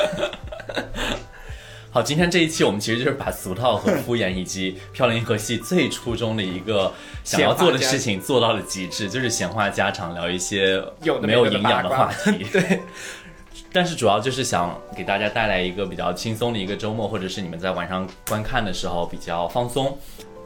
[SPEAKER 1] 好，今天这一期我们其实就是把俗套和敷衍以及漂亮银河系最初衷的一个想要做的事情做到了极致，就是闲话家常，聊一些
[SPEAKER 3] 有
[SPEAKER 1] 没
[SPEAKER 3] 的没有
[SPEAKER 1] 有
[SPEAKER 3] 的
[SPEAKER 1] 营养的
[SPEAKER 3] 八卦
[SPEAKER 1] 话题。 对。但是主要就是想给大家带来一个比较轻松的一个周末，或者是你们在晚上观看的时候比较放松。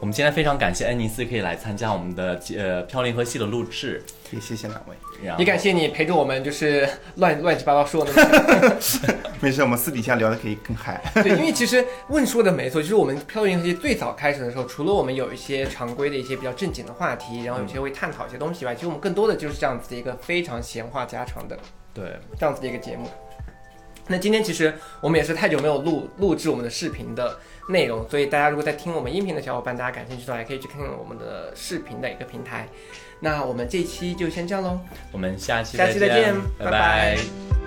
[SPEAKER 1] 我们今天非常感谢恩尼斯可以来参加我们的呃《飘零和戏》的录制，
[SPEAKER 5] 也谢谢两位。
[SPEAKER 1] 然后
[SPEAKER 3] 也感谢你陪着我们，就是乱乱七八糟说的那么多。
[SPEAKER 5] 没事，我们私底下聊的可以更嗨。
[SPEAKER 3] 对，因为其实问说的没错，就是我们漂流银河系最早开始的时候，除了我们有一些常规的一些比较正经的话题，然后有些会探讨一些东西以外，其实我们更多的就是这样子的一个非常闲话家常的
[SPEAKER 1] 对
[SPEAKER 3] 这样子的一个节目。那今天其实我们也是太久没有录录制我们的视频的内容，所以大家如果在听我们音频的小伙伴，大家感兴趣的话，也可以去看看我们的视频的一个平台。那我们这一期就先这样喽。
[SPEAKER 1] 我们下期
[SPEAKER 3] 下期再见
[SPEAKER 1] 拜
[SPEAKER 3] 拜拜
[SPEAKER 1] 拜